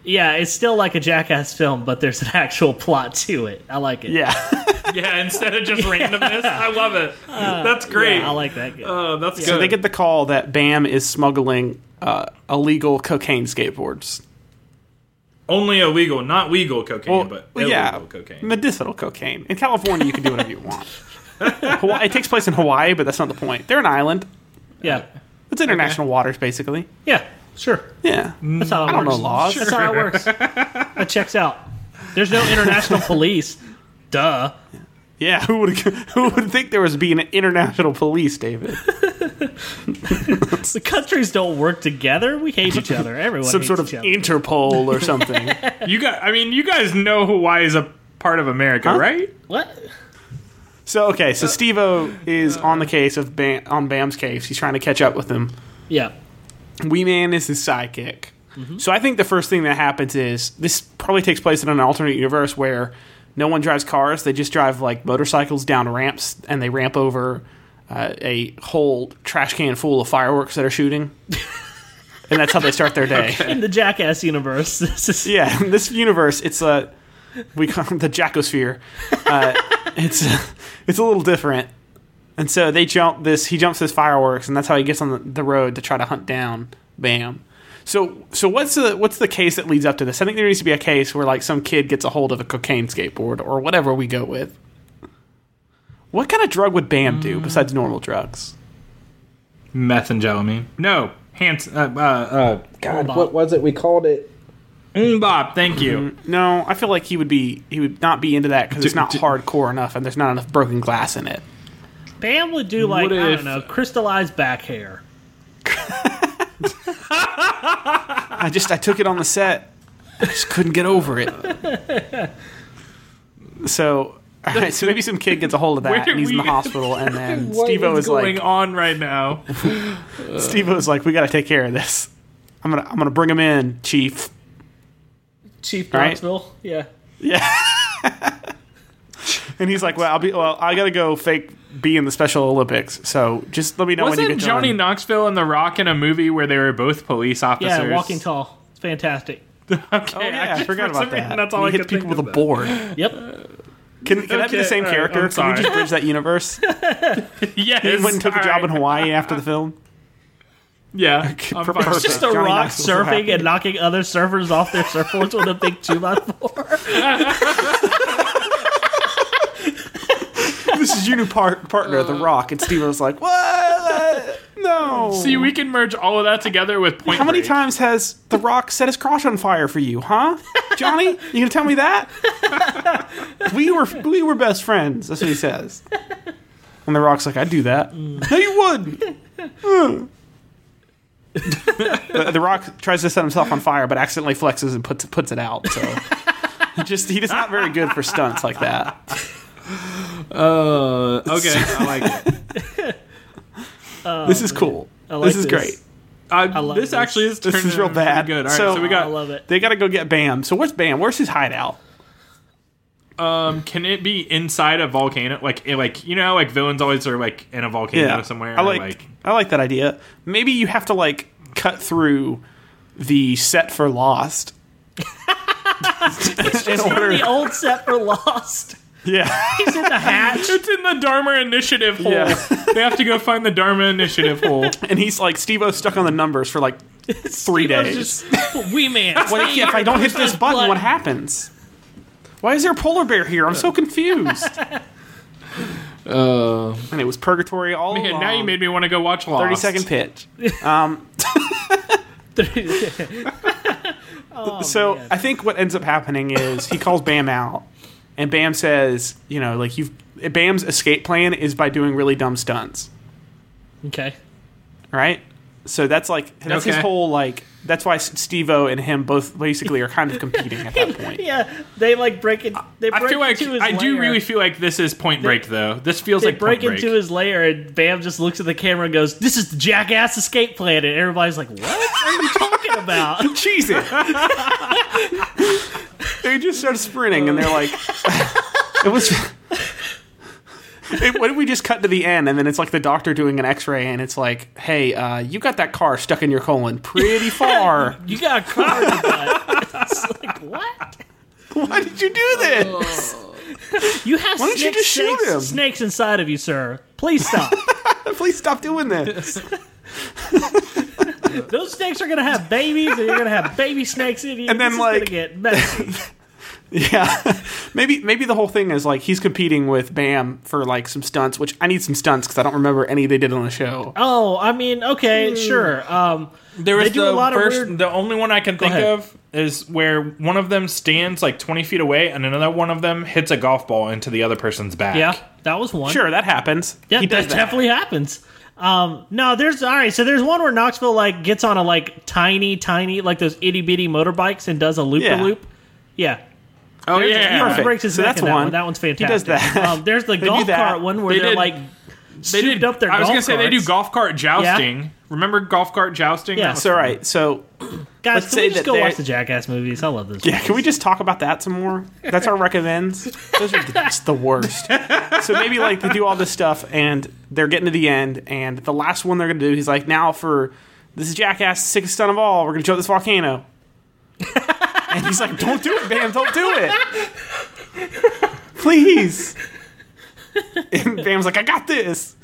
Speaker 2: yeah, it's still like a jackass film, but there's an actual plot to it. I like it.
Speaker 1: Yeah.
Speaker 3: Yeah, instead of just randomness, I love it.
Speaker 1: Uh,
Speaker 3: That's great.
Speaker 2: I like that. Game.
Speaker 3: Oh, that's good.
Speaker 1: so they get the call that Bam is smuggling uh, illegal cocaine skateboards.
Speaker 3: only illegal, not legal cocaine,
Speaker 1: Well,
Speaker 3: but
Speaker 1: well,
Speaker 3: illegal
Speaker 1: yeah,
Speaker 3: cocaine.
Speaker 1: medicinal cocaine. In California, you can do whatever you want. Hawaii, it takes place in Hawaii, but that's not the point. They're an island.
Speaker 2: yeah,
Speaker 1: It's international waters, basically.
Speaker 2: yeah, sure.
Speaker 1: Yeah.
Speaker 2: That's how it
Speaker 1: I don't know
Speaker 2: works.
Speaker 1: laws.
Speaker 2: That's how it works. That checks out. There's no international police. Duh.
Speaker 1: Yeah, who would who would think there was being an international police, David?
Speaker 2: The countries don't work together. We hate each other. Everyone
Speaker 1: Some
Speaker 2: hates
Speaker 1: sort of
Speaker 2: each other.
Speaker 1: Interpol or something.
Speaker 3: You got. I mean, you guys know Hawaii is a part of America, right?
Speaker 2: what?
Speaker 1: so okay, so Stevo is on the case of Bam, on Bam's case. He's trying to catch up with him.
Speaker 2: Yeah.
Speaker 1: Wee Man is his sidekick. So I think the first thing that happens is this probably takes place in an alternate universe where no one drives cars; they just drive like motorcycles down ramps, and they ramp over uh, a whole trash can full of fireworks that are shooting, and that's how they start their day.
Speaker 2: In the Jackass universe, this is
Speaker 1: yeah, in this universe, it's a we call it the Jackosphere. Uh, it's it's a little different, and so they jump this. He jumps his fireworks, and that's how he gets on the, the road to try to hunt down Bam. So so what's the what's the case that leads up to this? I think there needs to be a case where like some kid gets a hold of a cocaine skateboard or whatever we go with. What kind of drug would Bam
Speaker 3: Mm.
Speaker 1: do besides normal drugs?
Speaker 3: Meth and gelamine. No, hands. Uh, uh, uh, God,
Speaker 2: what
Speaker 3: was it? We called it. Bob, thank you.
Speaker 1: No, I feel like he would be he would not be into that because it's
Speaker 3: Do-
Speaker 1: not
Speaker 3: do-
Speaker 1: hardcore enough, and there's not enough broken glass in it.
Speaker 2: Bam would do like
Speaker 3: What
Speaker 2: I don't
Speaker 3: if-
Speaker 2: know, crystallized back hair.
Speaker 1: I just I took it on the set. I just couldn't get over it. So all right, so maybe some kid gets a hold of
Speaker 3: Where
Speaker 1: that and he's in the
Speaker 3: we-
Speaker 1: hospital and then Stevo is
Speaker 3: going
Speaker 1: like
Speaker 3: on right now?
Speaker 1: Stevo is like, We gotta take care of this. I'm gonna I'm gonna bring him in, Chief.
Speaker 2: Chief
Speaker 1: Right.
Speaker 2: Knoxville. Yeah.
Speaker 1: And he's like, Well I'll be well, I gotta go fake be in the Special Olympics, so just let me know when you
Speaker 3: Wasn't
Speaker 1: get
Speaker 3: Johnny
Speaker 1: done.
Speaker 3: Knoxville and The Rock in a movie where they were both police officers?
Speaker 2: Yeah, walking tall. It's fantastic.
Speaker 3: Okay,
Speaker 1: Oh, yeah, I,
Speaker 3: just-
Speaker 1: forgot
Speaker 3: for
Speaker 1: about
Speaker 3: some reason,
Speaker 1: that.
Speaker 3: That's all
Speaker 1: he
Speaker 3: I
Speaker 1: hit
Speaker 3: could
Speaker 1: people
Speaker 3: think
Speaker 1: with a
Speaker 3: of
Speaker 1: board.
Speaker 2: Yep.
Speaker 1: Uh, Can, can that be the
Speaker 3: Okay,
Speaker 1: same
Speaker 3: all right,
Speaker 1: character?
Speaker 3: I'm
Speaker 1: can we just
Speaker 3: sorry.
Speaker 1: bridge that universe?
Speaker 3: that. Yes,
Speaker 1: He went and took a
Speaker 3: all
Speaker 1: job in
Speaker 3: right.
Speaker 1: Hawaii after the film.
Speaker 3: Yeah, I'm
Speaker 1: per-
Speaker 3: fine.
Speaker 1: perfect.
Speaker 2: Just a
Speaker 1: Johnny
Speaker 2: rock
Speaker 1: Knoxville's so happy.
Speaker 2: surfing and knocking other surfers off their surfboards with a big two by four.
Speaker 1: Uh. this is your new par- partner, The Rock. And Steve was like, what? no.
Speaker 3: See, we can merge all of that together with Point
Speaker 1: How many
Speaker 3: Break.
Speaker 1: times has The Rock set his crotch on fire for you, huh? Johnny, you gonna tell me that? we were we were best friends. That's what he says. And The Rock's like, I'd do that. No, you wouldn't. Mm. the, the Rock tries to set himself on fire, but accidentally flexes and puts puts it out. So. He Just he's not very good for stunts like that.
Speaker 3: Uh, okay.
Speaker 5: I like it.
Speaker 1: this is cool.
Speaker 2: like
Speaker 1: this is
Speaker 2: this.
Speaker 1: great.
Speaker 3: I,
Speaker 2: love
Speaker 3: Uh, this
Speaker 2: this.
Speaker 3: actually is
Speaker 1: This
Speaker 3: turning
Speaker 1: is real
Speaker 3: out pretty
Speaker 1: bad.
Speaker 3: Good. All right,
Speaker 1: So-
Speaker 3: so, we
Speaker 1: I
Speaker 2: I
Speaker 3: got.
Speaker 2: love it.
Speaker 1: They got to go get Bam. So where's Bam? Where's his hideout?
Speaker 3: Um, can it be inside a volcano? Like, it- like you know, like villains always are like in a volcano somewhere.
Speaker 1: I
Speaker 3: or,
Speaker 1: like, I like that idea. Maybe you have to like cut through the set for Lost. in order,
Speaker 2: The old set for Lost.
Speaker 1: yeah,
Speaker 2: He's in the hatch.
Speaker 3: it's in the Dharma Initiative hole.
Speaker 1: Yeah.
Speaker 3: they have to go find the Dharma Initiative hole.
Speaker 1: and he's like Steve-O stuck on the numbers for like three
Speaker 2: Steve-O's
Speaker 1: days.
Speaker 2: just- we man.
Speaker 1: What if, if I don't hit this button?
Speaker 2: blood.
Speaker 1: What happens? Why is there a polar bear here? I'm so confused.
Speaker 3: Uh,
Speaker 1: And it was purgatory all along.
Speaker 3: now you made me want to go watch Lost.
Speaker 1: thirty second pitch. so
Speaker 2: man.
Speaker 1: I think what ends up happening is he calls Bam out, and Bam says, you know, like you've Bam's escape plan is by doing really dumb stunts,
Speaker 2: okay.
Speaker 1: right? So that's like that's his
Speaker 3: Okay.
Speaker 1: whole like that's why Steve O and him both basically are kind of competing at that point.
Speaker 2: Yeah, they like break it. They break
Speaker 3: I feel like
Speaker 2: into his
Speaker 3: I do
Speaker 2: lair.
Speaker 3: really feel like this is Point Break though. This feels
Speaker 2: They
Speaker 3: like
Speaker 2: break
Speaker 3: Point
Speaker 2: into
Speaker 3: Break.
Speaker 2: his lair, and Bam just looks at the camera and goes, "This is the jackass escape plan." And everybody's like, "What are you talking about?"
Speaker 1: Cheese it. they just start sprinting and they're like, it was. It, what if we just cut to the end and then it's like the doctor doing an x ray and it's like, hey, uh, you got that car stuck in your colon pretty far.
Speaker 2: You got a car in the butt. It's like what?
Speaker 1: Why did you do this?
Speaker 2: You have
Speaker 1: Why don't you
Speaker 2: snake-
Speaker 1: just shoot
Speaker 2: snakes,
Speaker 1: him?
Speaker 2: snakes inside of you, sir. Please stop. Oh.
Speaker 1: Please stop doing this.
Speaker 2: Those snakes are gonna have babies, and you're gonna have baby snakes in you.
Speaker 1: And then,
Speaker 2: This is gonna
Speaker 1: like-
Speaker 2: get messy.
Speaker 1: Yeah, maybe maybe the whole thing is like he's competing with Bam for like some stunts, which I need some stunts because I don't remember any they did on the show.
Speaker 2: Oh, I mean,
Speaker 1: Hmm.
Speaker 2: okay, sure. Um,
Speaker 3: There was
Speaker 2: They do
Speaker 3: the
Speaker 2: a lot of
Speaker 3: first,
Speaker 2: weird-
Speaker 3: The only one I can think
Speaker 2: ahead.
Speaker 3: of is where one of them stands like twenty feet away, and another one of them hits a golf ball into the other person's back.
Speaker 2: yeah, that was one.
Speaker 1: Sure, that happens.
Speaker 2: Yeah,
Speaker 1: He
Speaker 2: that,
Speaker 1: does that.
Speaker 2: definitely happens. Um, no, there's all right. So there's one where Knoxville like gets on a like tiny, tiny like those itty bitty motorbikes and does a loop
Speaker 1: Yeah.
Speaker 2: to loop. Yeah,
Speaker 3: Oh
Speaker 2: There's-
Speaker 3: yeah.
Speaker 2: he breaks his
Speaker 1: So
Speaker 2: neck
Speaker 1: that's
Speaker 2: in that
Speaker 1: one.
Speaker 2: one. That one's
Speaker 1: He
Speaker 2: fantastic.
Speaker 1: does that.
Speaker 2: Um, there's the
Speaker 1: do
Speaker 2: golf
Speaker 1: that.
Speaker 2: cart one where
Speaker 3: They
Speaker 2: they are
Speaker 3: did-
Speaker 2: like
Speaker 3: They
Speaker 2: souped up their
Speaker 3: I was
Speaker 2: golf
Speaker 3: gonna say they do
Speaker 2: carts.
Speaker 3: golf cart jousting.
Speaker 2: Yeah.
Speaker 3: Remember golf cart jousting?
Speaker 2: Yeah.
Speaker 3: That was
Speaker 1: So all right, so
Speaker 2: Guys,
Speaker 1: Let's
Speaker 2: can
Speaker 1: say
Speaker 2: we just
Speaker 1: that
Speaker 2: go
Speaker 1: they're-
Speaker 2: watch the Jackass movies? I love this.
Speaker 1: Yeah, can we just talk about that some more? That's our recommends. Those are just the worst. So maybe like they do all this stuff and they're getting to the end, and the last one they're gonna do, he's like, now for this is Jackass sickest stunt of all, we're gonna jump this volcano. and he's like, don't do it, Bam, don't do it, please. And Bam's like, I got this.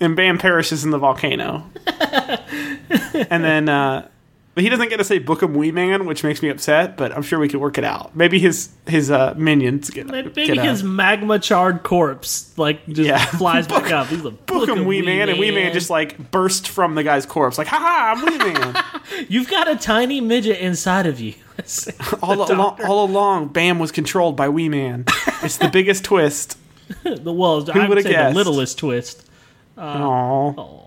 Speaker 1: And Bam perishes in the volcano. And then. uh but he doesn't get to say Book 'em Wee Man, which makes me upset, but I'm sure we could work it out. Maybe his his uh, minions get
Speaker 2: Maybe
Speaker 1: get, uh,
Speaker 2: his magma charred corpse like just
Speaker 1: Yeah.
Speaker 2: flies back up. He's a
Speaker 1: Book 'em Wee Man, and Wee Man just like burst from the guy's corpse, like, haha, I'm Wee Man.
Speaker 2: you've got a tiny midget inside of you.
Speaker 1: all, along, all along, Bam was controlled by Wee Man. It's the biggest twist.
Speaker 2: the well, I would
Speaker 1: would've
Speaker 2: say
Speaker 1: guessed?
Speaker 2: the littlest twist.
Speaker 1: Aww.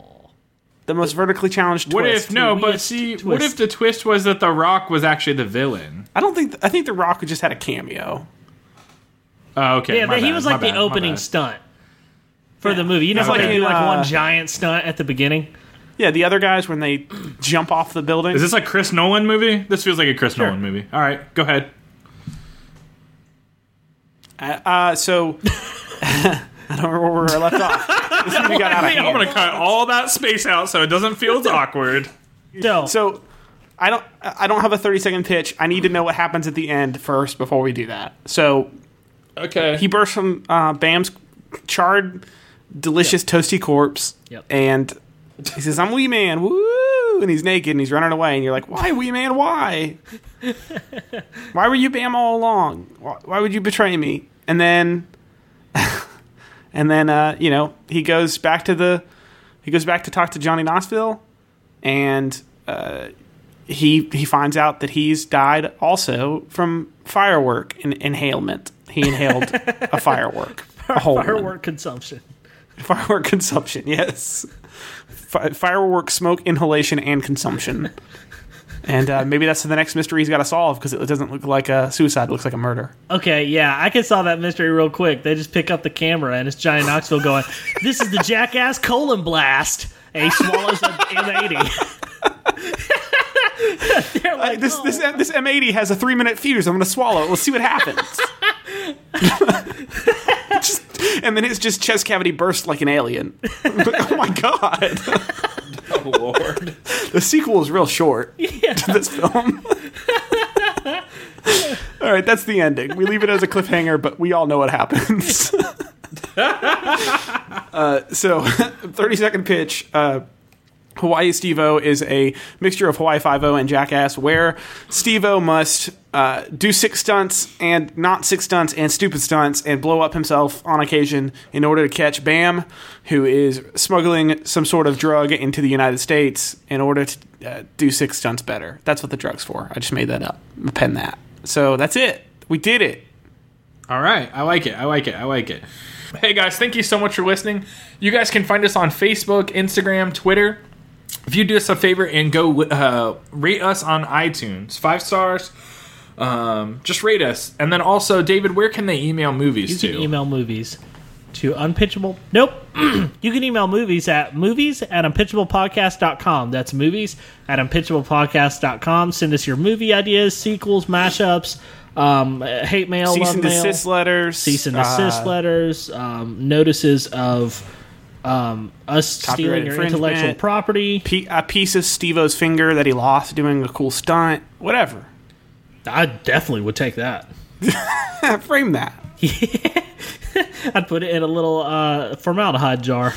Speaker 1: The most vertically challenged
Speaker 3: What
Speaker 1: twist.
Speaker 3: if no? But
Speaker 2: Twist,
Speaker 3: see,
Speaker 2: twist.
Speaker 3: what if the twist was that The Rock was actually the villain?
Speaker 1: I don't think I think The Rock just had a cameo.
Speaker 3: Oh, okay.
Speaker 2: Yeah,
Speaker 3: my
Speaker 2: but he
Speaker 3: bad,
Speaker 2: was
Speaker 3: my
Speaker 2: like the
Speaker 3: bad, my
Speaker 2: opening
Speaker 3: bad.
Speaker 2: stunt for the movie. You know,
Speaker 1: It's
Speaker 2: how
Speaker 1: like
Speaker 2: they do
Speaker 1: in,
Speaker 2: like
Speaker 1: uh,
Speaker 2: one giant stunt at the beginning.
Speaker 1: Yeah, the other guys when they jump off the building.
Speaker 3: Is this a Chris Nolan movie? This feels like a Chris Nolan movie. All right, go ahead.
Speaker 1: uh, so I don't remember where I left off. This movie got out of hand.
Speaker 3: I'm gonna cut all that space out so it doesn't feel as awkward.
Speaker 2: So,
Speaker 1: So I don't I don't have a 30 second pitch. I need to know what happens at the end first before we do that. So
Speaker 3: Okay.
Speaker 1: he bursts from uh, Bam's charred, delicious toasty corpse,
Speaker 2: Yep.
Speaker 1: and he says, "I'm Wee Man, woo!" And he's naked and he's running away, and you're like, "Why, Wee Man? Why? why were you Bam all along? Why, why would you betray me?" And then, and then, uh, you know, he goes back to the. He goes back to talk to Johnny Knoxville, and uh, he he finds out that he's died also from firework in, inhalement. He inhaled a firework, a whole one.
Speaker 2: Firework consumption.
Speaker 1: firework consumption. Yes, Fi firework smoke inhalation and consumption. And uh, maybe that's the next mystery he's got to solve because it doesn't look like a suicide; it looks like a murder.
Speaker 2: Okay, yeah, I can solve that mystery real quick. They just pick up the camera and it's Johnny Knoxville going, "This is the jackass colon blast." And he swallows an M80. They're like,
Speaker 1: This this this M80 has a three minute fuse. I'm gonna swallow it. Let's see what happens. Just- and then his just chest cavity bursts like an alien. I'm like, oh my god!
Speaker 3: Oh, Lord.
Speaker 1: The sequel is real short to this film. all right, that's the ending. We leave it as a cliffhanger, but we all know what happens. uh, so, 30 second pitch. Uh, Hawaii Stevo is a mixture of Hawaii Five O and Jackass, where Stevo must uh, do six stunts and not six stunts and stupid stunts and blow up himself on occasion in order to catch Bam, who is smuggling some sort of drug into the United States in order to uh, do six stunts better. That's what the drug's for. I just made that up. Pen that. So that's it. We did it.
Speaker 3: All right. I like it. I like it. I like it. Hey, guys, thank you so much for listening. You guys can find us on Facebook, Instagram, Twitter. If you do us a favor and go uh, rate us on iTunes, five stars, um, just rate us. And then also, David, where can they email movies
Speaker 2: You
Speaker 3: to?
Speaker 2: can email movies to unpitchable. Nope. you can email movies at movies at unpitchablepodcast.com. That's movies at unpitchablepodcast.com. Send us your movie ideas, sequels, mashups, um, hate mail,
Speaker 1: Cease
Speaker 2: love
Speaker 1: and
Speaker 2: mail,
Speaker 1: desist letters. uh,
Speaker 2: cease and desist letters, um, notices of um, us stealing
Speaker 1: Copyright
Speaker 2: your intellectual
Speaker 1: infringement.
Speaker 2: property.
Speaker 1: P- a piece of Stevo's finger that he lost doing a cool stunt. Whatever.
Speaker 2: I definitely would take that.
Speaker 1: Frame that.
Speaker 2: I'd put it in a little uh, formaldehyde jar.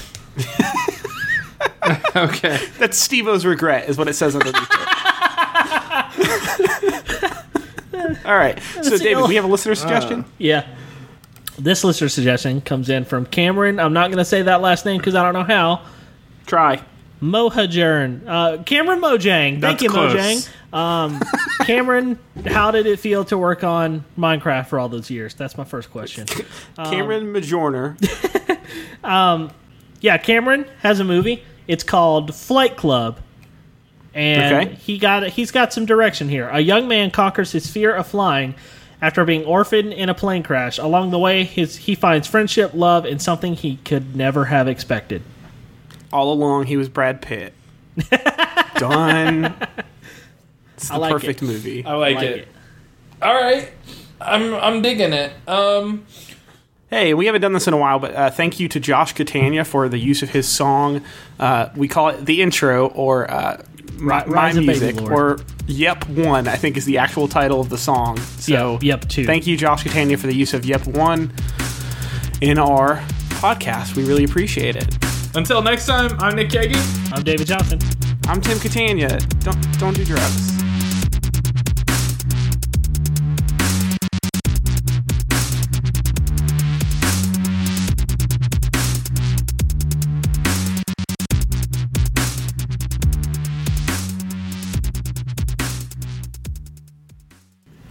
Speaker 3: Okay.
Speaker 1: That's Stevo's regret, is what it says underneath it. All right. So, David, we have a listener suggestion.
Speaker 2: Yeah. This listener suggestion comes in from Cameron. I'm not going to say that last name because I don't know how.
Speaker 1: Try.
Speaker 2: Mohajern. Uh, Cameron Mojang. Thank
Speaker 3: That's
Speaker 2: you,
Speaker 3: close.
Speaker 2: Mojang. Um, Cameron, how did it feel to work on Minecraft for all those years? That's my first question. Um,
Speaker 1: Cameron Majorner.
Speaker 2: Yeah, Cameron has a movie. It's called Flight Club. And
Speaker 1: Okay.
Speaker 2: he got he's got some direction here. A young man conquers his fear of flying after being orphaned in a plane crash. Along the way, his he finds friendship, love, and something he could never have expected.
Speaker 1: All along, he was Brad Pitt. Done. It's the
Speaker 2: I like
Speaker 1: perfect
Speaker 2: it.
Speaker 1: movie.
Speaker 3: I like,
Speaker 2: Like
Speaker 3: it.
Speaker 2: it.
Speaker 3: All right. I'm I'm digging it. Um
Speaker 1: Hey, we haven't done this in a while, but uh, thank you to Josh Catania for the use of his song. Uh, we call it the intro or uh, my, my
Speaker 2: Rise of Baby
Speaker 1: music or
Speaker 2: Lord.
Speaker 1: Yep One. I think is the actual title of the song. So
Speaker 2: Yep, Yep Two.
Speaker 1: Thank you, Josh Catania, for the use of Yep One in our podcast. We really appreciate it.
Speaker 3: until next time, I'm Nick Keggy.
Speaker 2: I'm David Johnson.
Speaker 1: I'm Tim Catania. Don't don't do drugs.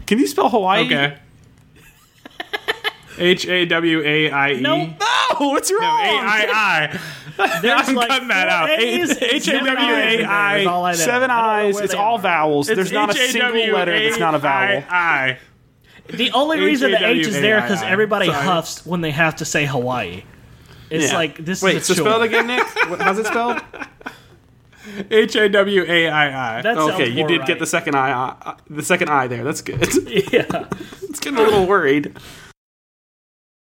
Speaker 1: Can you spell Hawaii?
Speaker 3: Okay. H A W A I E.
Speaker 2: No.
Speaker 1: No, it's wrong.
Speaker 3: A I I. I'm
Speaker 2: like
Speaker 3: cutting that
Speaker 2: four
Speaker 3: out.
Speaker 2: A's and
Speaker 3: H A
Speaker 2: seven
Speaker 3: W
Speaker 2: I's in
Speaker 3: A
Speaker 2: there is all
Speaker 3: I.
Speaker 2: I know.
Speaker 1: Seven
Speaker 2: I don't know
Speaker 1: eyes.
Speaker 2: where
Speaker 1: It's
Speaker 2: they
Speaker 1: all
Speaker 2: are.
Speaker 1: vowels. There's not a single letter that's not a vowel.
Speaker 3: I.
Speaker 2: The only reason the H is there because
Speaker 3: H-A-W-A-I-I.
Speaker 2: everybody
Speaker 3: Sorry.
Speaker 2: huffs when they have to say Hawaii. It's
Speaker 1: Yeah.
Speaker 2: like this
Speaker 1: Wait,
Speaker 2: is
Speaker 1: so
Speaker 2: a
Speaker 1: spell it
Speaker 2: chore.
Speaker 1: again, Nick. What- How's it spelled?
Speaker 3: H A W A I I.
Speaker 2: That sounds
Speaker 1: Okay, you
Speaker 2: more
Speaker 1: did
Speaker 2: right.
Speaker 1: get the second eye, uh, the second eye there. That's good.
Speaker 2: yeah.
Speaker 1: it's getting a little worried.